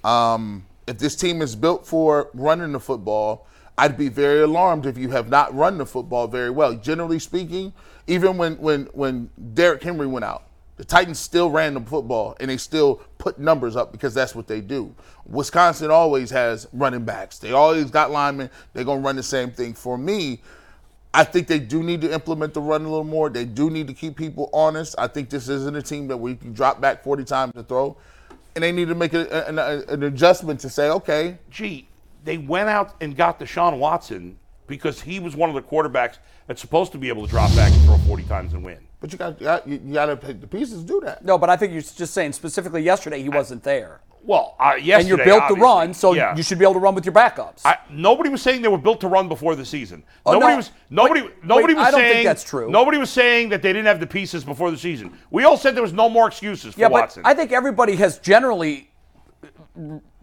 E: Um, if this team is built for running the football, I'd be very alarmed if you have not run the football very well. Generally speaking, even when when when Derrick Henry went out, the Titans still ran the football and they still put numbers up because that's what they do. Wisconsin always has running backs. They always got linemen. They're gonna run the same thing. For me, I think they do need to implement the run a little more. They do need to keep people honest. I think this isn't a team that we can drop back 40 times to throw. And they need to make a, an, an adjustment to say, okay,
C: gee, they went out and got Deshaun Watson because he was one of the quarterbacks that's supposed to be able to drop back and throw 40 times and win.
E: but you got you got to pick the pieces to do that.
B: No, but I think you're just saying specifically yesterday he wasn't there,
C: Well, uh, yesterday,
B: and you're built to
C: obviously.
B: run, so
C: Yeah.
B: you should be able to run with your backups.
C: I, nobody was saying they were built to run before the season. nobody
B: Oh, no.
C: was. Nobody.
B: Wait,
C: nobody
B: wait,
C: was
B: I don't think
C: saying
B: that's true.
C: Nobody was saying that they didn't have the pieces before the season. We all said there was no more excuses for
B: yeah,
C: Watson.
B: but I think everybody has generally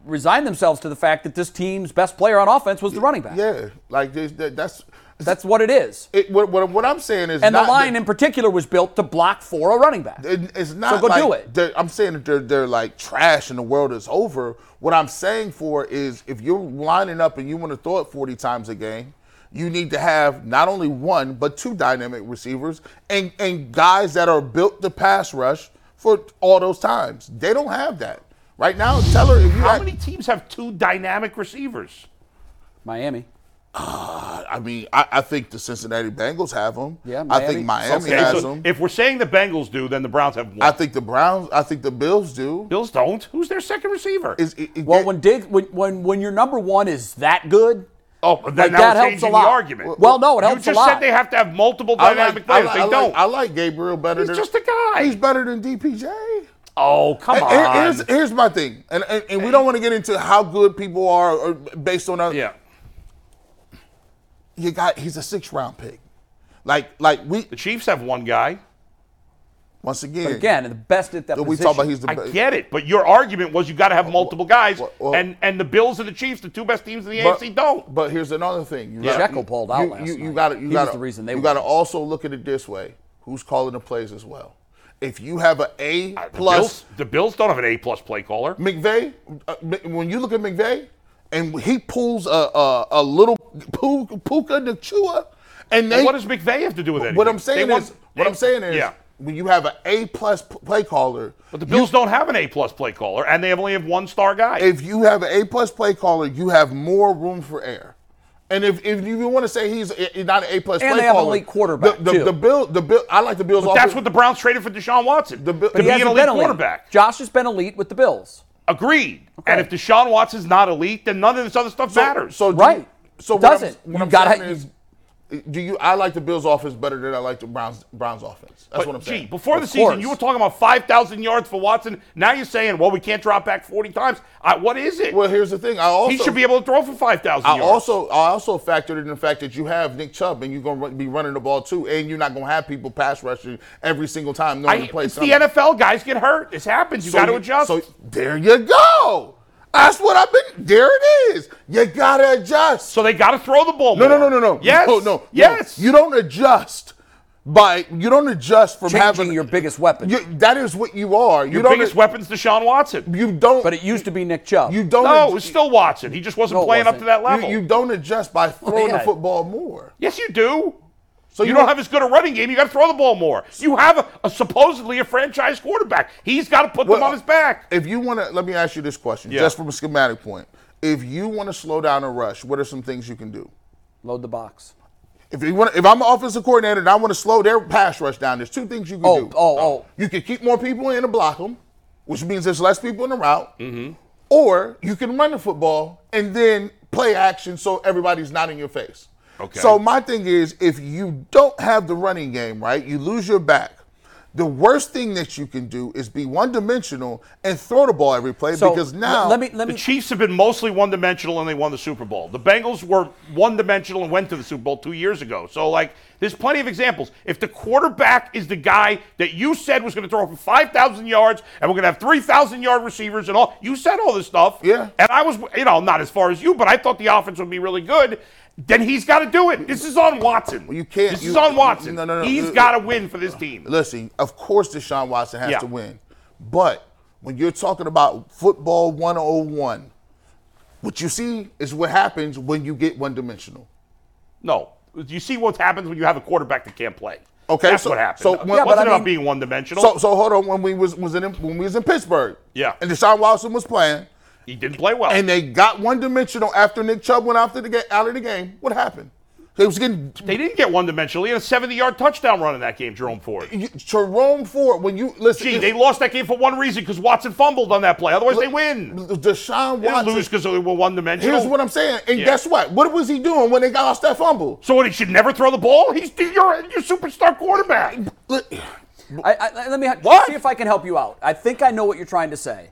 B: resigned themselves to the fact that this team's best player on offense was the running back.
E: Yeah, like this, that, that's
B: That's what it is.
E: it, what, what what I'm saying is
B: And the
E: not
B: line
E: that-
B: in particular was built to block for a running back.
E: It- it's not
B: go
E: like
B: do it.
E: they're- I'm saying that they're, they're like trash and the world is over. What I'm saying for is if you're lining up and you want to throw it 40 times a game, you need to have not only one but two dynamic receivers and and guys that are built to pass rush for all those times. They don't have that right now. Teller, if you
C: How
E: had-
C: many teams have two dynamic receivers?
B: Miami.
E: I mean, I, I think the Cincinnati Bengals have them.
B: Yeah,
E: I think
B: Miami.
E: Miami
C: Okay,
E: has
C: so
E: them.
C: if we're saying the Bengals do, then the Browns have one.
E: I think the Browns. I think the Bills do.
C: Bills don't. Who's their second receiver?
E: Is it, it-
B: Well, when Diggs, when, when when your number one is that good,
C: oh, then
B: like,
C: now
B: that
C: we're
B: helps
C: changing
B: a lot.
C: the argument.
B: Well, no, it helps a
C: You just
B: lot.
C: said they have to have multiple
E: I
C: dynamic
E: like-
C: players.
E: I like-
C: they
E: I like-
C: don't.
E: I like Gabriel better.
C: He's
E: than,
C: just a guy.
E: He's better than DPJ.
C: oh, come
E: Here-
C: on.
E: Here's, here's my thing, and, and, and we don't want to get into how good people are or based on other.
C: yeah.
E: you got he's a six round pick. Like like we
C: The Chiefs have one guy.
E: once again,
B: again, and the best at that
E: we
B: position.
E: talk about he's the
C: I
E: best.
C: get it, but your argument was you got to have multiple guys,
E: well, well-
C: and and the Bills and the Chiefs, the two best teams in the AFC, don't.
E: But here's another thing. You
B: Yeah. Jekyll pulled out
E: you,
B: last
E: You, you
B: night.
E: got to.
B: He
E: You
B: was
E: got
B: the reason they
E: You
B: won.
E: got to also look at it this way: Who's calling the plays as well? If you have an A
C: The
E: plus
C: Bills, the Bills don't have an A plus play caller.
E: McVay, uh, M- when you look at McVay, and he pulls a a, a little Pu- Puka Nachua, and they
C: what does McVay have to do with it?
E: what I'm saying is what I'm saying is
C: yeah.
E: when you have an A plus p- play caller,
C: But the Bills don't have an A plus play caller, and they only have one star guy.
E: if you have an A plus play caller, you have more room for error. And if, if you want to say he's a- not an A plus
B: And
E: play
B: they have an
E: caller,
B: elite quarterback,
E: the, the,
B: too.
E: the bill the bill I like the Bills.
C: but that's
E: offense-
C: what the Browns traded for Deshaun Watson
E: The Bill-
C: to
E: But he
C: be an
B: hasn't
C: elite
B: been elite.
C: quarterback.
B: Josh has been elite with the Bills.
C: Agreed. And if Deshaun Watson's not elite, then none of this other stuff matters.
E: So do you-
B: Right.
E: so
B: It
E: what I'm-
B: doesn't.
E: what
B: You
E: I'm
B: gotta-
E: saying is, do you? I like the Bills' offense better than I like the Browns Browns' offense. That's
C: But,
E: what I'm saying.
C: Gee, before the
B: Of
C: season,
B: course.
C: you were talking about 5,000 yards for Watson. Now you're saying, well, we can't drop back 40 times. I, what is it?
E: well, here's the thing. I also
C: he should be able to throw for 5,000
E: I
C: yards.
E: also I also factored in the fact that you have Nick Chubb and you're going to be running the ball too, and you're not going to have people pass rushing every single time. No
C: I-
E: one plays
C: it's the NFL. Guys get hurt. This happens. You got to adjust.
E: So there you go. That's what I've been. There it is. You got to adjust.
C: So they got to throw the ball.
E: no, no, no,
C: more.
E: no, no.
C: Yes.
E: No, no.
C: Yes.
E: No. You don't adjust by you don't adjust from
B: Changing
E: having
B: your biggest weapon.
E: You, that is what you are. You
C: Your
E: don't.
C: biggest weapon's Deshaun Watson.
E: You don't.
B: But it used to be Nick Chubb.
E: you don't.
C: No,
E: ad-
C: it was still Watson. He just wasn't
B: No, it
C: playing up
B: wasn't.
C: to that level.
E: you, you don't adjust by throwing the
B: yeah.
E: football more.
C: yes, you do.
E: So
C: you don't have as good a running game. You got to throw the ball more. You have a, a supposedly a franchise quarterback. He's got to put them
E: Well,
C: on his back.
E: If you want to, let me ask you this question,
C: Yeah.
E: just from a schematic point. If you want to slow down a rush, what are some things you can do?
B: Load the box.
E: If you want, if I'm an offensive coordinator and I want to slow their pass rush down, there's two things you can
B: Oh,
E: do.
B: oh, oh.
E: You can keep more people in and block them, which means there's less people in the route. Mm-hmm. Or you can run the football and then play action so everybody's not in your face.
C: Okay.
E: So my thing is, if you don't have the running game, right, you lose your back. The worst thing that you can do is be one dimensional and throw the ball every play
B: So
E: because now
B: let me let
C: The
B: me
C: Chiefs have been mostly one dimensional and they won the Super Bowl. The Bengals were one dimensional and went to the Super Bowl two years ago. So, like, there's plenty of examples. If the quarterback is the guy that you said was going to throw for 5,000 yards and we're going to have 3,000 yard receivers and all, you said all this stuff.
E: Yeah.
C: And I was, you know, not as far as you, but I thought the offense would be really good. Then he's got to do it. This is on Watson.
E: you can't-
C: This
E: you-
C: is on Watson.
E: no, Uh, no, no.
C: He's got to win for this team.
E: listen, of course Deshaun Watson has
C: Yeah.
E: to win. But when you're talking about football 101, what you see is what happens when you get one dimensional.
C: No. You see what happens when you have a quarterback that can't play.
E: Okay,
C: That's
E: so-
C: what happened.
E: so-
C: it
E: yeah,
C: wasn't
B: but I
C: about
B: mean-
C: being one dimensional.
E: So so hold on when we was, was in when we was in Pittsburgh.
C: Yeah.
E: And Deshaun Watson was playing
C: He didn't play well.
E: and they got one dimensional after Nick Chubb went out, the, ga- out of the game. What happened? They was getting
C: they didn't get one dimensional. He had a 70 yard touchdown run in that game, Jerome Ford.
E: you, Jerome Ford when you listen
C: Gee,
E: it-
C: they lost that game for one reason because Watson fumbled on that play. Otherwise, they win.
E: Deshaun
C: They didn't
E: Watson
C: lose because they were one dimensional.
E: Here's what I'm saying. And
C: Yeah.
E: guess what? What was he doing when they got off that fumble?
C: so what, he should never throw the ball? He's your, your superstar quarterback.
E: Look,
B: I, I, let me see if I can help you out. I think I know what you're trying to say.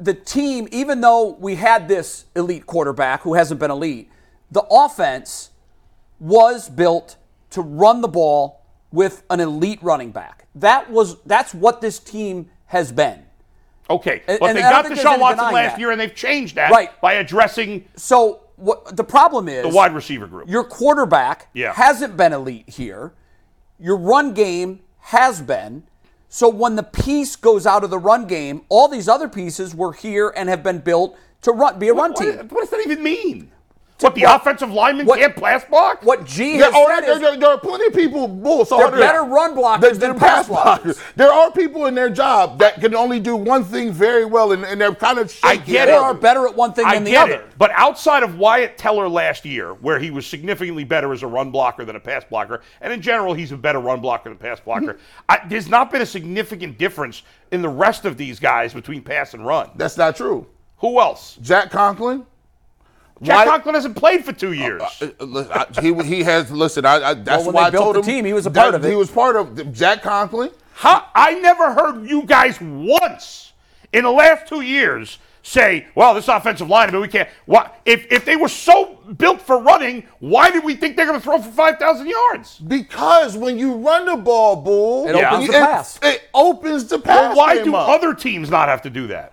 B: The team, even though we had this elite quarterback who hasn't been elite, the offense was built to run the ball with an elite running back. That was that's what this team has been.
C: Okay,
B: And-
C: but
B: and
C: they
B: I don't
C: got
B: think there's
C: Deshaun
B: any
C: Watson
B: denying
C: last
B: that.
C: year, and they've changed that
B: Right.
C: by addressing
B: So what the problem is
C: the wide receiver group.
B: your quarterback
C: Yeah.
B: hasn't been elite here. Your run game has been. So when the piece goes out of the run game, all these other pieces were here and have been built to run be a run
C: what,
B: team.
C: what does that even mean? What, the offensive lineman
B: what-
C: can't pass block?
B: What G
E: there
B: has
C: oh,
E: are,
B: said
E: there,
B: is
E: there- there are plenty of people. Bull, so
B: They're
E: hold on.
B: better run blockers
E: There-
B: than
E: there are
B: pass blockers.
E: There are people in their job that can only do one thing very well, and, and they're kind of shaky.
C: I get
E: at
C: it.
B: they
E: others.
B: are better at one thing
C: I
B: than the
C: get
B: other.
C: it. But outside of Wyatt Teller last year, where he was significantly better as a run blocker than a pass blocker, and in general, he's a better run blocker than pass blocker, I, there's not been a significant difference in the rest of these guys between pass and run.
E: That's not true.
C: Who else?
E: Jack Conklin.
C: Jack
E: Wyatt-
C: Conklin hasn't played for two years.
E: Uh, listen, I- he he has listen. I, I that's
B: Well, when
E: why
B: they
E: I
B: built
E: told
B: the
E: him
B: team, he was a
E: that
B: part of it.
E: He was part of Jack Conklin.
C: How, I never heard you guys once in the last two years say, well, this offensive line, but we can't. Why, if, if they were so built for running, why did we think they're going to throw for 5,000 yards?
E: Because when you run the ball, bull,
B: It
C: Yeah. opens the
E: it-
B: pass.
E: It, opens the
C: Well,
E: pass.
C: why
E: game
C: do
E: up.
C: other teams not have to do that?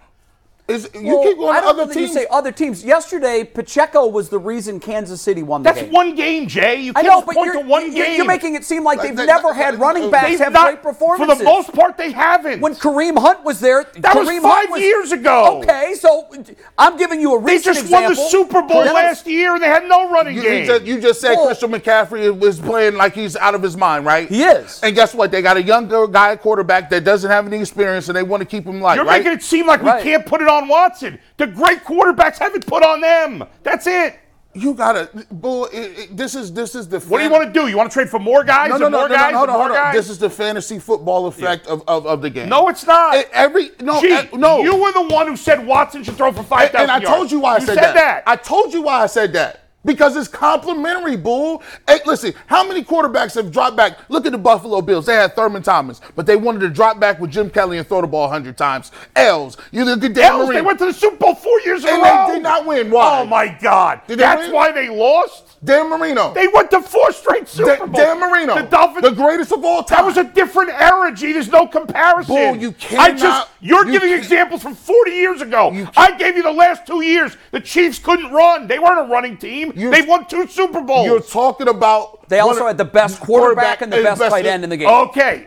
E: Is, you
B: Well,
E: keep going
B: I
E: to
B: don't know
E: other
B: that you
E: teams.
B: say other teams. Yesterday, Pacheco was the reason Kansas City won the
C: That's
B: game.
C: one game, Jay. You
B: I
C: can't
B: know,
C: just
B: but
C: point
B: you're,
C: to one
B: you're-
C: game.
B: you're making it seem like they've
E: they-
B: never
E: they-
B: had
E: they-
B: running
E: they've
B: backs have
C: not-
B: great performances.
C: For the most part, they haven't.
B: When Kareem Hunt was there,
C: That was
B: Kareem
C: five
B: Hunt was,
C: years ago.
B: Okay, so I'm giving you a
C: they
B: recent
C: just won the
B: example.
C: Super Bowl
B: Yes.
C: last year and they had no running
E: You,
C: game.
E: you just, you just said
B: Well-
E: Christian McCaffrey was playing like he's out of his mind, right?
B: He is.
E: And guess what? They got a young guy quarterback that doesn't have any experience, and they want to keep him light,
C: You're
E: right?
C: making it seem like
B: Right.
C: we can't put it on Watson. The great quarterbacks haven't put on them. That's it.
E: you gotta, bull. It, it, this is this is the.
C: What do you want to do? You want to trade for more guys
E: No, no,
C: and
E: no,
C: more
E: no, no,
C: guys
E: hold
C: and
E: on,
C: more
E: hold on.
C: guys?
E: This is the fantasy football effect of, of, of the game.
C: no, it's not.
E: E- every no,
C: Gee,
E: e- no.
C: You were the one who said Watson should throw for
E: and,
C: 5,000
E: and I
C: yards.
E: told you why I said,
C: said
E: that.
C: that.
E: I told you why I said that. Because it's complimentary, bull. Hey, listen, how many quarterbacks have dropped back? Look at the Buffalo Bills. They had Thurman Thomas, but they wanted to drop back with Jim Kelly and throw the ball 100 times. L's. You look at Dan
C: Ells,
E: Marino.
C: they went to the Super Bowl four years in
E: And
C: a
E: they
C: row.
E: did not win. Why?
C: Oh, my God.
E: Did they
C: That's
E: win?
C: why they lost?
E: Dan Marino.
C: They went to four straight Super
E: Da-
C: Bowls.
E: Dan Marino.
C: The Dolphins.
E: The greatest of all time.
C: that was a different era, G. There's no comparison.
E: Bull, you
C: I
E: cannot-
C: just you're
E: you
C: giving
E: can't-
C: examples from 40 years ago.
E: You
C: I gave you the last two years. The Chiefs couldn't run. They weren't a running team.
E: You-
C: they won two Super Bowls.
E: You're talking about.
B: They also
E: one-
B: had the best quarterback, and the best, tight end in the game.
C: okay.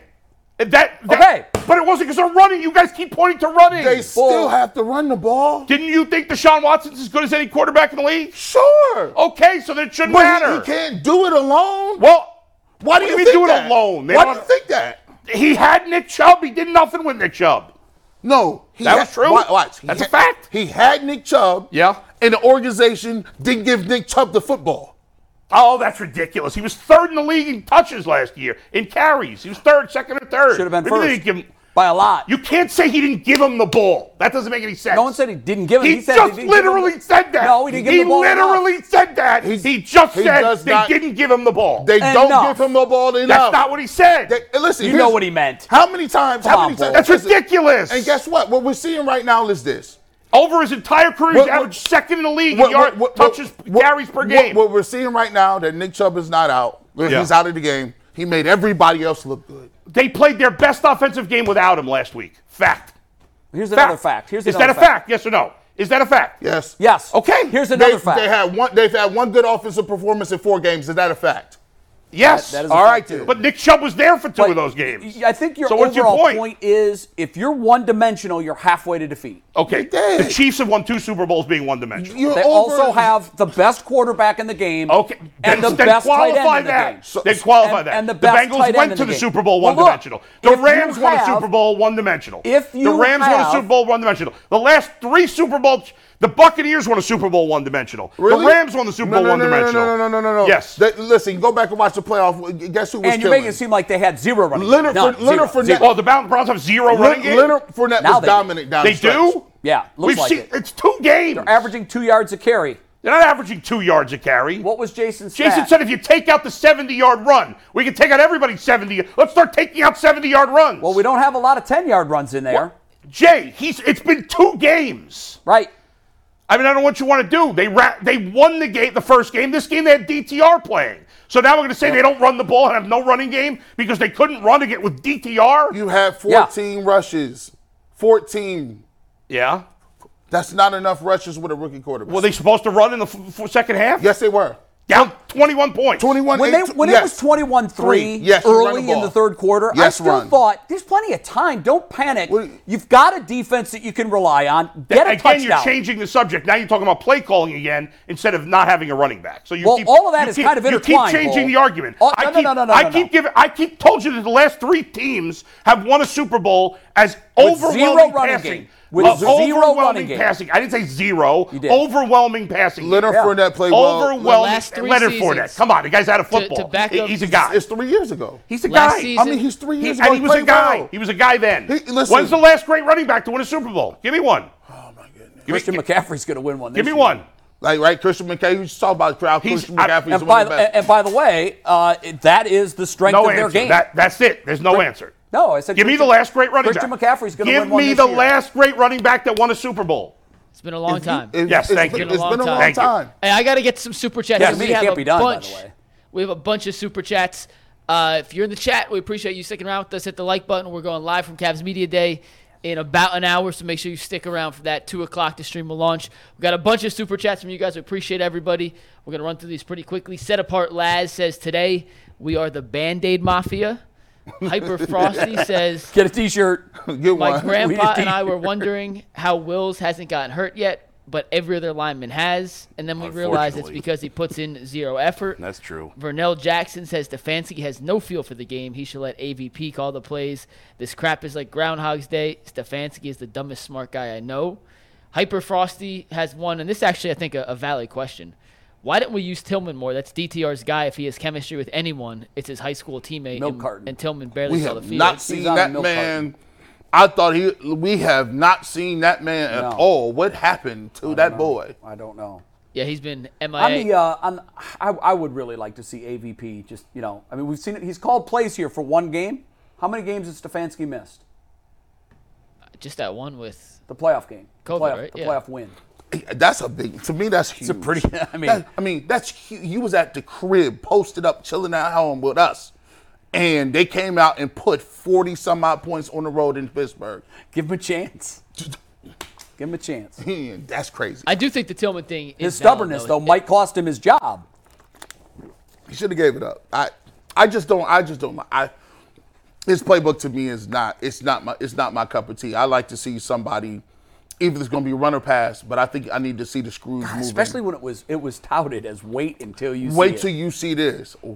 C: That, that-
B: Okay.
C: But it wasn't because they're running. You guys keep pointing to running.
E: They still
B: Bull.
E: have to run the ball.
C: Didn't you think Deshaun Watson's as good as any quarterback in the league?
E: Sure.
C: Okay, so that shouldn't
E: but
C: matter.
E: he, he can't do it alone.
C: Well,
E: Why
C: what
E: do you
C: do we
E: think
C: do it
E: that?
C: alone? They
E: Why do
C: don't-
E: you think that?
C: he had Nick Chubb. He did nothing with Nick Chubb.
E: No, he
C: That was true.
E: Watch, watch. He
C: That's a
E: had-
C: fact.
E: He had Nick Chubb.
C: Yeah.
E: And the organization didn't give Nick Chubb the football.
C: Oh, that's ridiculous. He was third in the league in touches last year, in carries. He was third, second, or third.
B: Should have been
C: Maybe they didn't
B: first.
C: give him-
B: by a lot.
C: You can't say he didn't give him the ball. That doesn't make any sense.
B: no one said he didn't give it.
C: He,
B: He, said
C: just
B: he didn't give him-
C: literally said that.
B: No, he didn't give
C: He
B: him the ball.
C: literally said that.
E: He's-
C: he just
E: he
C: said
E: does
C: they
E: not-
C: didn't give him the ball.
E: They don't
B: Enough.
E: give him the ball enough.
C: That's not what he said.
E: They- and listen,
B: You
E: here's-
B: know what he meant.
E: How many times?
B: Come
E: How
B: on,
E: many
B: boy.
E: times?
C: That's
E: listen,
C: ridiculous.
E: And guess what? What we're seeing right now is this.
C: Over his entire career,
E: What-
C: he's
E: what-
C: averaged second in the league
E: What-
C: in yard
E: what- what-
C: touches,
E: what-
C: carries per
E: what-
C: game.
E: What, we're seeing right now that Nick Chubb is not out.
C: Yeah.
E: He's out of the game. He made everybody else look good.
C: they played their best offensive game without him last week. Fact.
B: Here's
C: Fact.
B: another fact. Here's
C: is
B: another
C: that a fact. Yes or no? Is that a fact?
E: Yes.
B: Yes.
C: Okay.
B: Here's
E: They,
B: another fact.
E: they had one. They've had one good offensive performance in four games. Is that a fact?
C: Yes.
B: That is a
E: All
B: fact,
E: right,
B: too.
E: then.
C: but Nick Chubb was there for two
B: But
C: of those games.
B: I think your
C: So
B: overall
C: what's your point?
B: is if you're one dimensional, you're halfway to defeat.
C: Okay.
E: did.
C: The Chiefs have won two Super Bowls being one dimensional.
E: You're
B: They
E: over-
B: also have the best quarterback in the game.
C: Okay,
B: and the
C: then, then
B: best tight end
C: qualify
B: in the
C: that.
B: game.
C: then qualify
B: and-
C: that.
B: and the
C: the,
B: best tight end
C: Bengals went
B: in
C: to
B: the
C: the,
B: game.
C: Super Bowl
B: Well,
C: one
B: look,
C: dimensional. The
B: if you
C: Rams won a
B: have-
C: Super Bowl one dimensional.
B: if
C: the
B: you
C: Rams won
B: have-
C: a Super Bowl one dimensional. The last three Super Bowl, the Buccaneers won a Super Bowl one dimensional.
E: Really?
C: The Rams won the Super
E: No,
C: Bowl
E: no,
C: one
E: no, no,
C: dimensional.
E: No, no, no, no, no.
C: Yes.
E: They- listen, go back and watch the playoff. Guess who was
B: and you're
E: killing?
B: making it seem like they had zero running.
E: Leonard
B: None,
E: Fournette- Leonard
B: zero,
E: Fournette-
B: zero.
C: oh, the Brown- Browns have zero running game.
E: Leonard Fournette
B: Now
E: was
B: they do.
E: dominant down
C: they
E: the stretch.
C: do.
B: Yeah, looks
C: We've
B: like
C: seen
B: it.
C: it's two games. They're,
B: averaging two yards a carry.
C: not averaging two yards a carry.
B: What was Jason's
C: Jason
B: stat?
C: said if you take out the 70 yard run, we can take out everybody's 70. Let's start taking out 70 yard runs.
B: well, we don't have a lot of 10 yard runs in there,
C: Jay, he's it's been two games.
B: right?
C: I mean, I don't know what you want to do. They ra- they won the game, the first game. This game they had DTR playing. So now we're going to say they don't run the ball and have no running game because they couldn't run to get with DTR.
E: You had
B: Yeah.
E: 14 rushes. 14.
C: yeah.
E: That's not enough rushes with a rookie quarterback.
C: Were they supposed to run in the f- f- second half?
E: Yes, they were.
C: Down 21 points.
E: 21.
B: When, they,
E: eight-
B: when it
E: yes.
B: was 21 3
E: Three. Yes, you run
B: early
E: the
B: in the
E: ball.
B: third quarter, I
E: Yes,
B: still
E: run.
B: thought there's plenty of time. Don't panic.
E: What-
B: You've got a defense that you can rely on. Get a
C: Again,
B: touchdown.
C: you're changing the subject. Now you're talking about play calling again instead of not having a running back. So you
B: Well,
C: keep,
B: all of that
C: you
B: is
C: keep-
B: kind of intertwined,
C: You keep changing
B: Bull.
C: the argument.
B: Oh,
C: I
B: no, no,
C: keep,
B: no, no, no,
C: I
B: no,
C: keep
B: no.
C: giving. I keep told you that the last three teams have won a Super Bowl as
B: With zero
C: overwhelming
B: running
C: passing.
B: game. With
C: Uh,
B: zero
C: overwhelming
B: running game.
C: passing. I didn't say zero.
B: did.
C: Overwhelming passing.
E: Leonard
B: Yeah.
E: Fournette played well.
C: Overwhelming.
A: last three
C: Leonard
A: seasons.
C: Fournette. Come on, the guy's out of
A: To-
C: football.
A: to back
C: He-
A: up-
C: he's a guy.
E: It's three years ago.
C: He's a
A: Last
C: guy.
A: season-
E: I mean, he's three
C: He-
E: years ago.
C: and he was a
E: played
C: guy.
E: well.
C: He was a guy then.
E: He- listen. Oh,
C: When's the last great running back to win a Super Bowl? Give me one. Give me-
B: Christian McCaffrey's going to win one.
C: Give me
B: this year.
C: one.
E: Like, right, Christian McCaffrey. You just talk about crowd.
C: He's-
E: Christian
C: I-
E: McCaffrey is
B: And
E: one
B: by,
E: of the best.
B: the, and by the way, uh, that is the strength
C: No
B: of
C: answer.
B: their game.
C: That, that's it. There's no answer.
B: no, I said
C: Give me the
B: Christian-
C: last great running
B: Christian
C: back.
B: McCaffrey's going to
C: Give
B: win one
C: me
B: this
C: the
B: year.
C: last great running back that won a Super Bowl.
A: It's been a long time.
E: It-
C: Yes,
E: it's
C: thank
E: been-
C: you.
E: It's been a long
C: Thank you.
E: time.
A: Hey, I got to get some super chats.
B: Doesn't
A: and
B: mean
A: we
B: it
A: have
B: can't
A: a
B: be done, by the
A: bunch.
B: way.
A: We have a bunch of super chats. Uh, if you're in the chat, we appreciate you sticking around with us. Hit the like button. We're going live from Cavs Media Day in about an hour, so make sure you stick around for that. Two o'clock. The stream will launch. We got a bunch of super chats from you guys. We appreciate everybody. We're gonna run through these pretty quickly. Set apart Laz says today we are the Band Aid Mafia. Hyper Frosty says
B: Get a T-shirt.
E: Get
A: my
E: one.
A: grandpa
B: need
A: and I
B: to-
A: were wondering how Wills hasn't gotten hurt yet, but every other lineman has. And then we realized it's
F: Unfortunately.
A: because he puts in zero effort.
F: That's true.
A: Vernell Jackson says Stefanski has no feel for the game. He should let AVP call the plays. This crap is like Groundhog's Day. Stefanski is the dumbest smart guy I know. Hyper Frosty has one, and this is actually I think a, a valid question. Why didn't we use Tillman more? That's DTR's guy. If he has chemistry with anyone, it's his high school teammate.
B: Milk
A: and,
B: carton.
A: and Tillman barely
E: We
A: saw the
E: have
A: field.
E: not
B: He's
E: seen
B: on a
E: that
B: milk
E: man. I thought he. We have not seen that man at
B: No.
E: all. What happened to that boy?
B: I don't know.
A: yeah, he's been MIA.
B: I'm the, uh, I'm, I, I would really like to see AVP just, you know, I mean, we've seen it. He's called plays here for one game. How many games has Stefanski missed?
A: just that one with
B: The playoff game. The
A: COVID,
B: playoff,
A: right?
B: the
A: Yeah.
B: playoff win.
E: That's a big. To me, that's huge.
B: a pretty- I mean-
E: That- I mean, that's huge. You was at the crib, posted up, chilling at home with us, and they came out and put forty some odd points on the road in Pittsburgh.
B: Give him a chance. Give him a chance. His
E: Man, that's crazy.
A: I do think the Tillman thing. Is
B: stubbornness, though,
A: valid,
B: might cost him his job.
E: He should have gave it up. I, I just don't. I just don't. I, his playbook to me is not. It's not my. It's not my cup of tea. I like to see somebody, even if it's going to be run or pass. But I think I need to see the screws moving.
B: Especially when it was it was touted as wait until you see
E: wait
B: it.
E: till you see this. We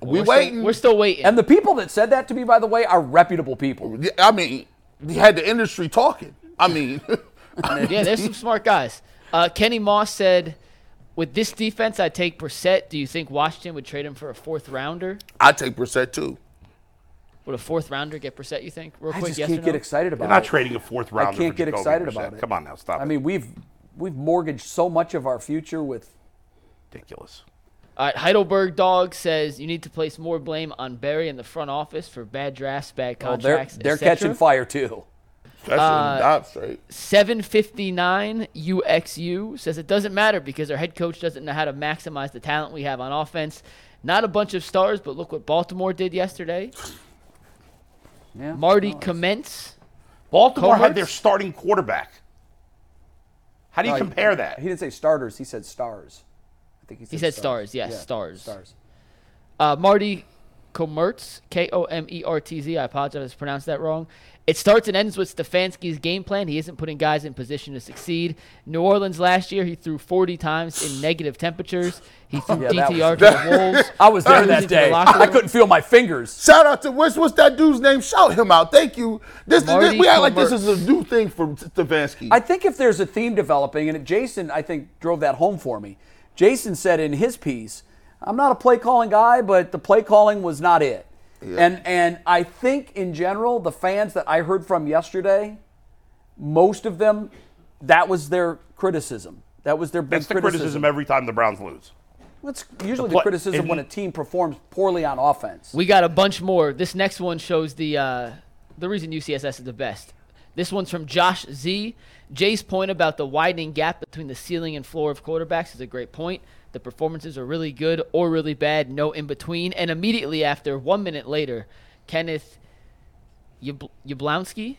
A: We're
E: waiting.
A: Still, we're still waiting.
B: And the people that said that to me, by the way, are reputable people.
E: Yeah, I mean, we had the industry talking. I mean,
A: yeah, there's some smart guys. Uh, Kenny Moss said, "With this defense, I take Brissett. Do you think Washington would trade him for a fourth rounder?
E: I take Brissett too.
A: Would a fourth rounder get Brissett? You think? Real
B: I
A: quick,
B: just
A: yes
B: can't
A: or
B: get
A: no?
B: excited about
C: They're
B: it.
C: not trading a fourth rounder.
B: I can't
C: for
B: get
C: Jacoby
B: excited
C: Brissett.
B: about it.
C: Come on now, stop.
B: I
C: it.
B: mean, we've we've mortgaged so much of our future with
C: ridiculous.
A: All right, Heidelberg Dog says you need to place more blame on Barry and the front office for bad drafts, bad
B: well, they're
A: contracts.
B: they're
A: etc.
B: catching fire too.
E: That's uh, not straight.
A: 759 UXU says it doesn't matter because our head coach doesn't know how to maximize the talent we have on offense. Not a bunch of stars, but look what Baltimore did yesterday.
B: Yeah.
A: Marty Commence.
C: Baltimore had
A: Cohorts?
C: their starting quarterback. How do you
B: No, Oh, he-
C: compare that?
B: He didn't say starters. He said stars. I think he said.
A: said stars, yes, stars.
B: Stars.
A: Uh, Marty Komertz, K O M E R T Z. I apologize if I pronounced that wrong. It starts and ends with Stefanski's game plan. He isn't putting guys in position to succeed. New Orleans last year, he threw 40 times in negative temperatures. He threw
B: Yeah, that
A: DTR
B: was-
A: to the Wolves.
B: I was there
A: Losing to
B: that
A: the
B: day.
A: locker
B: I
A: room.
B: couldn't feel my fingers.
E: Shout out to what's what's that dude's name? Shout him out. Thank you. This, this
A: Marty
E: we act like this
A: Comerts.
E: is a new thing for Stefanski.
B: I think if there's a theme developing, and Jason, I think, drove that home for me. Jason said in his piece, I'm not a play calling guy, but the play calling was not it. And and I think in general, the fans that I heard from yesterday, most of them, that was their criticism. That was their big
C: That's the criticism every time the Browns lose.
B: That's usually
C: The
B: the
C: play-
B: criticism
C: it-
B: when a team performs poorly on offense.
A: We got a bunch more. This next one shows the uh, the reason UCSS is the best. This one's from Josh Z. Jay's point about the widening gap between the ceiling and floor of quarterbacks is a great point. The performances are really good or really bad, no in between. And immediately after, one minute later, Kenneth Yab- Yablonski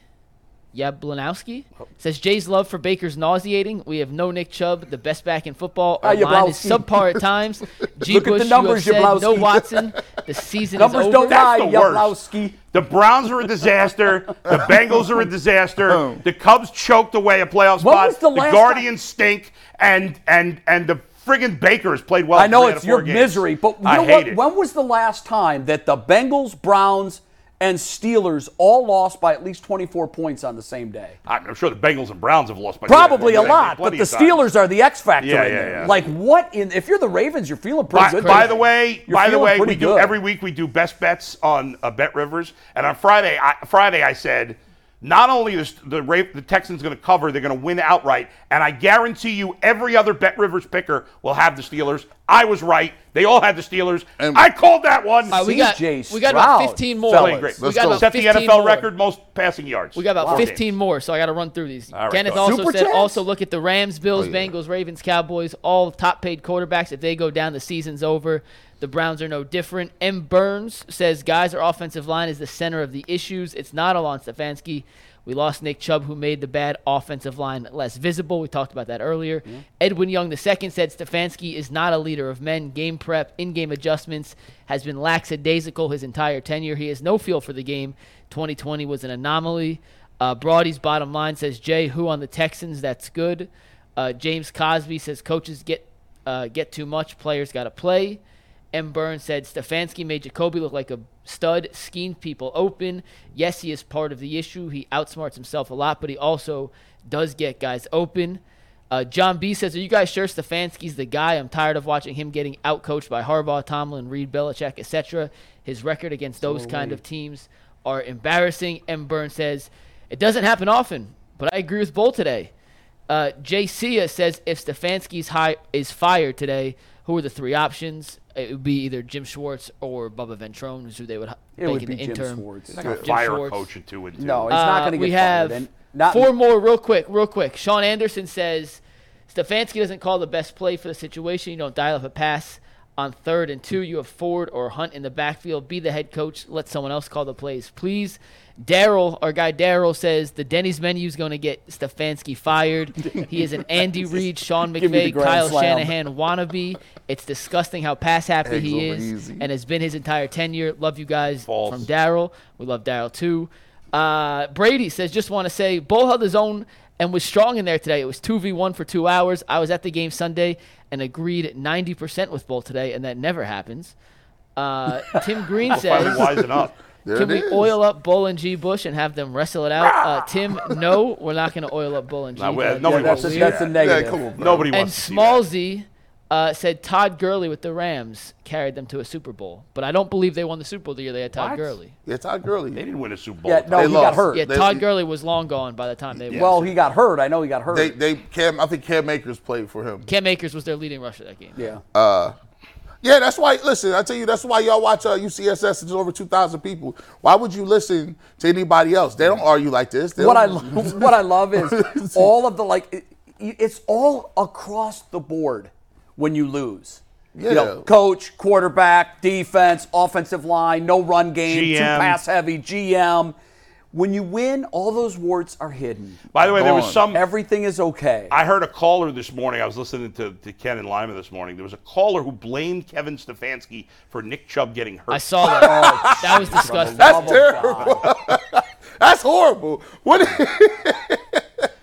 A: Yablonowski says Jay's love for Baker's nauseating. We have no Nick Chubb, the best back in football. Our line is
B: Yablonski.
A: subpar at times. G.
B: Look
A: Bush, you
B: at the
A: have
B: numbers,
A: said, no
B: Yablonski.
A: Watson. The season
B: Numbers
A: is over.
B: don't lie,
C: That's the worst.
B: Yablowski.
C: The Browns are a disaster. the Bengals are a disaster. The Cubs choked away a playoff spot.
B: was the last
C: Guardians stink, and and and the friggin' Bakers played well.
B: I
C: in Oh,
B: know
C: three out
B: it's
C: of four
B: your
C: games.
B: misery, but you
C: I
B: know
C: hate
B: what?
C: it.
B: When was the last time that the Bengals, Browns, and Steelers all lost by at least 24 points on the same day?
C: I'm sure the Bengals and Browns have lost by
B: Probably a
C: They-
B: lot, but
C: plenty
B: the
C: of times.
B: Steelers are the X factor.
C: Yeah,
B: in
C: yeah,
B: there.
C: yeah.
B: Like what in? If you're the Ravens, you're feeling pretty
C: By,
B: good.
C: by
B: today.
C: the way,
B: You're
C: by the
B: feeling
C: way,
B: pretty
C: we do
B: good.
C: every week we do best bets on uh, Bet Rivers, and on Friday, I, Friday I said not only is the Ra- the Texans going to cover, they're going to win outright, and I guarantee you every other Bet Rivers picker will have the Steelers. I was right; they all had the Steelers.
E: And-
C: I called that one.
A: All right, we got
B: CJ
A: we got about
B: Stroud,
A: 15 more.
B: fellas.
C: Great.
A: We
E: Let's
A: got
E: go.
A: about
C: set the
A: 15
C: NFL
A: more.
C: record most passing yards.
A: We got about
C: Four
A: 15
C: games.
A: more, so I got to run through these.
C: All right,
A: Kenneth
C: go.
A: also
B: Super
A: said
B: chats?
A: also look at the Rams, Bills,
E: Oh, yeah.
A: Bengals, Ravens, Cowboys, all top paid quarterbacks. If they go down, the season's over. The Browns are no different. M. Burns says, guys, our offensive line is the center of the issues. It's not all on Stefanski. We lost Nick Chubb, who made the bad offensive line less visible. We talked about that earlier. Edwin Young II said Stefanski is not a leader of men. Game prep, in game adjustments has been lackadaisical his entire tenure. He has no feel for the game. 2020 was an anomaly. Uh, Brody's bottom line says Jay, who on the Texans? That's good. Uh, James Cosby says coaches get uh, get too much. Players got to play. M. Burns said Stefanski made Jacoby look like a stud, schemed people open. Yes, he is part of the issue. He outsmarts himself a lot, but he also does get guys open. Uh, John B says, "Are you guys sure Stefanski's the guy? I'm tired of watching him getting outcoached by Harbaugh, Tomlin, Reed, Belichick, etc. His record against those kind of teams are embarrassing." M. Burns says, "It doesn't happen often, but I agree with Bull today." Uh, Jay Sia says, "If Stefanski's high is fired today, who are the three options? It would be either Jim Schwartz or Bubba Ventrone, is who they would h-
B: it
A: make
B: would
A: in
B: be
A: the
B: Jim
A: interim."
B: Schwartz.
C: They're gonna
A: Jim
C: Fire a
A: Schwartz.
C: coach in two and two.
B: No, it's
A: Uh,
B: not going to get
A: we
B: fired.
A: have
B: And not,
A: four more real quick, real quick. Sean Anderson says Stefanski doesn't call the best play for the situation. You don't dial up a pass on third and two. You have Ford or Hunt in the backfield. Be the head coach. Let someone else call the plays, please. Daryl, our guy Daryl says the Denny's menu is going to get Stefanski fired. He is an Andy Reid, Sean
B: Give me the
A: McVay,
B: grand
A: Kyle
B: slam.
A: Shanahan wannabe. It's disgusting how pass happy
E: Eggs
A: he
E: over
A: is
E: easy.
A: and has been his entire tenure. Love you guys
C: False.
A: from Daryl. We love Daryl too. Uh, Brady says, just want to say, Bull held his own and was strong in there today. It was 2v1 for two hours. I was at the game Sunday and agreed 90% with Bull today, and that never happens. Uh, Tim Green
C: Finally
A: says,
C: wising up.
E: there
A: can
E: it
A: we
E: is.
A: oil up Bull and G. Bush and have them wrestle it out? Uh, Tim, no, we're not going to oil up Bull and G.
C: Nah, we-
A: That-
C: nobody
A: that's
C: wants
B: that's a,
C: to see
B: that's a
C: that.
E: Yeah,
B: negative.
E: come on, bro.
C: Nobody
A: and
C: wants to see that.
A: Small Z, uh, said Todd Gurley with the Rams carried them to a Super Bowl, but I don't believe they won the Super Bowl the year they had Todd
C: What?
A: Gurley.
E: Yeah, Todd Gurley.
C: They didn't win a Super Bowl.
B: Yeah, no,
E: They
B: he got
E: lost.
B: hurt.
A: Yeah,
E: They-
A: Todd
E: they-
A: Gurley was long gone by the time they won.
B: well, he got hurt. I know he got hurt.
E: They, they Cam. I think Cam Akers played for him.
A: Cam Akers was their leading rusher that game.
B: yeah.
E: Yeah, that's why. Listen, I tell you, that's why y'all watch uh, UCSS. There's over two thousand people. Why would you listen to anybody else? They don't argue like this. They
B: what I
E: don't-
B: love, what I love is all of the like. It, it's all across the board when you lose. You know,
E: Yeah.
B: coach, quarterback, defense, offensive line, no run game, too
C: GM.
B: pass heavy, GM. When you win, all those warts are hidden.
C: By the way, there was some.
B: Everything is okay.
C: I heard a caller this morning. I was listening to, to Ken and Lima this morning. There was a caller who blamed Kevin Stefanski for Nick Chubb getting hurt.
A: I saw that. that was disgusting.
E: That's terrible. that's horrible. What?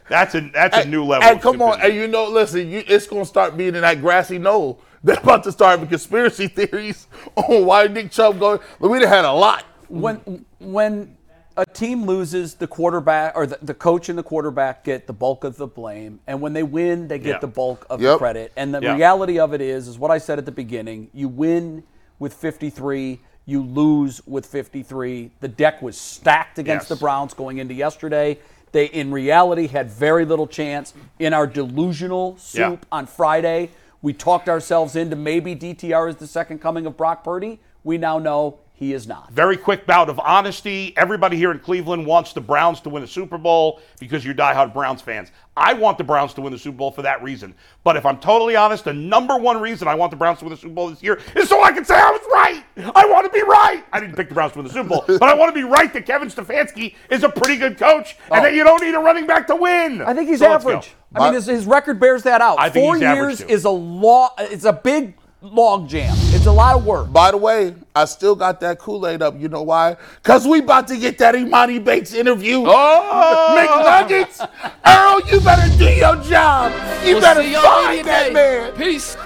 C: That's a that's a new level.
E: and
C: of
E: come on,
C: stupidity.
E: and you know, listen, you, it's gonna start being in that grassy knoll. They're about to start having conspiracy theories on why Nick Chubb going. We done had a lot.
B: when when a team loses, the quarterback or the, the coach and the quarterback get the bulk of the blame, and when they win, they get
C: Yeah.
B: the bulk of the
E: Yep.
B: credit. And the
C: Yeah.
B: reality of it is, is what I said at the beginning: you win with 53, you lose with 53. The deck was stacked against
C: Yes.
B: the Browns going into yesterday. They, in reality, had very little chance. In our delusional soup
C: Yeah.
B: on Friday, we talked ourselves into maybe DTR is the second coming of Brock Purdy. We now know he is not.
C: Very quick bout of honesty. Everybody here in Cleveland wants the Browns to win the Super Bowl because you're diehard Browns fans. I want the Browns to win the Super Bowl for that reason. But if I'm totally honest, the number one reason I want the Browns to win the Super Bowl this year is so I can say I was right. I want to be right. I didn't pick the Browns to win the Super Bowl, but I want to be right that Kevin Stefanski is a pretty good coach and that you don't need a running back to win.
B: Oh. I think he's
C: So let's go.
B: average. I mean,
E: My-
B: his, his record bears that out.
C: I think
B: Four
C: he's average,
B: years
C: too.
B: is a law. It's a big log jam. It's a lot of work.
E: By the way, I still got that Kool Aid up. You know why? Cause we about to get that Imani Bates interview.
C: Oh!
E: McNuggets, Earl, you better do your job. You
A: We'll
E: better
A: see y'all
E: find
A: media
E: that
A: day.
E: man.
A: Peace.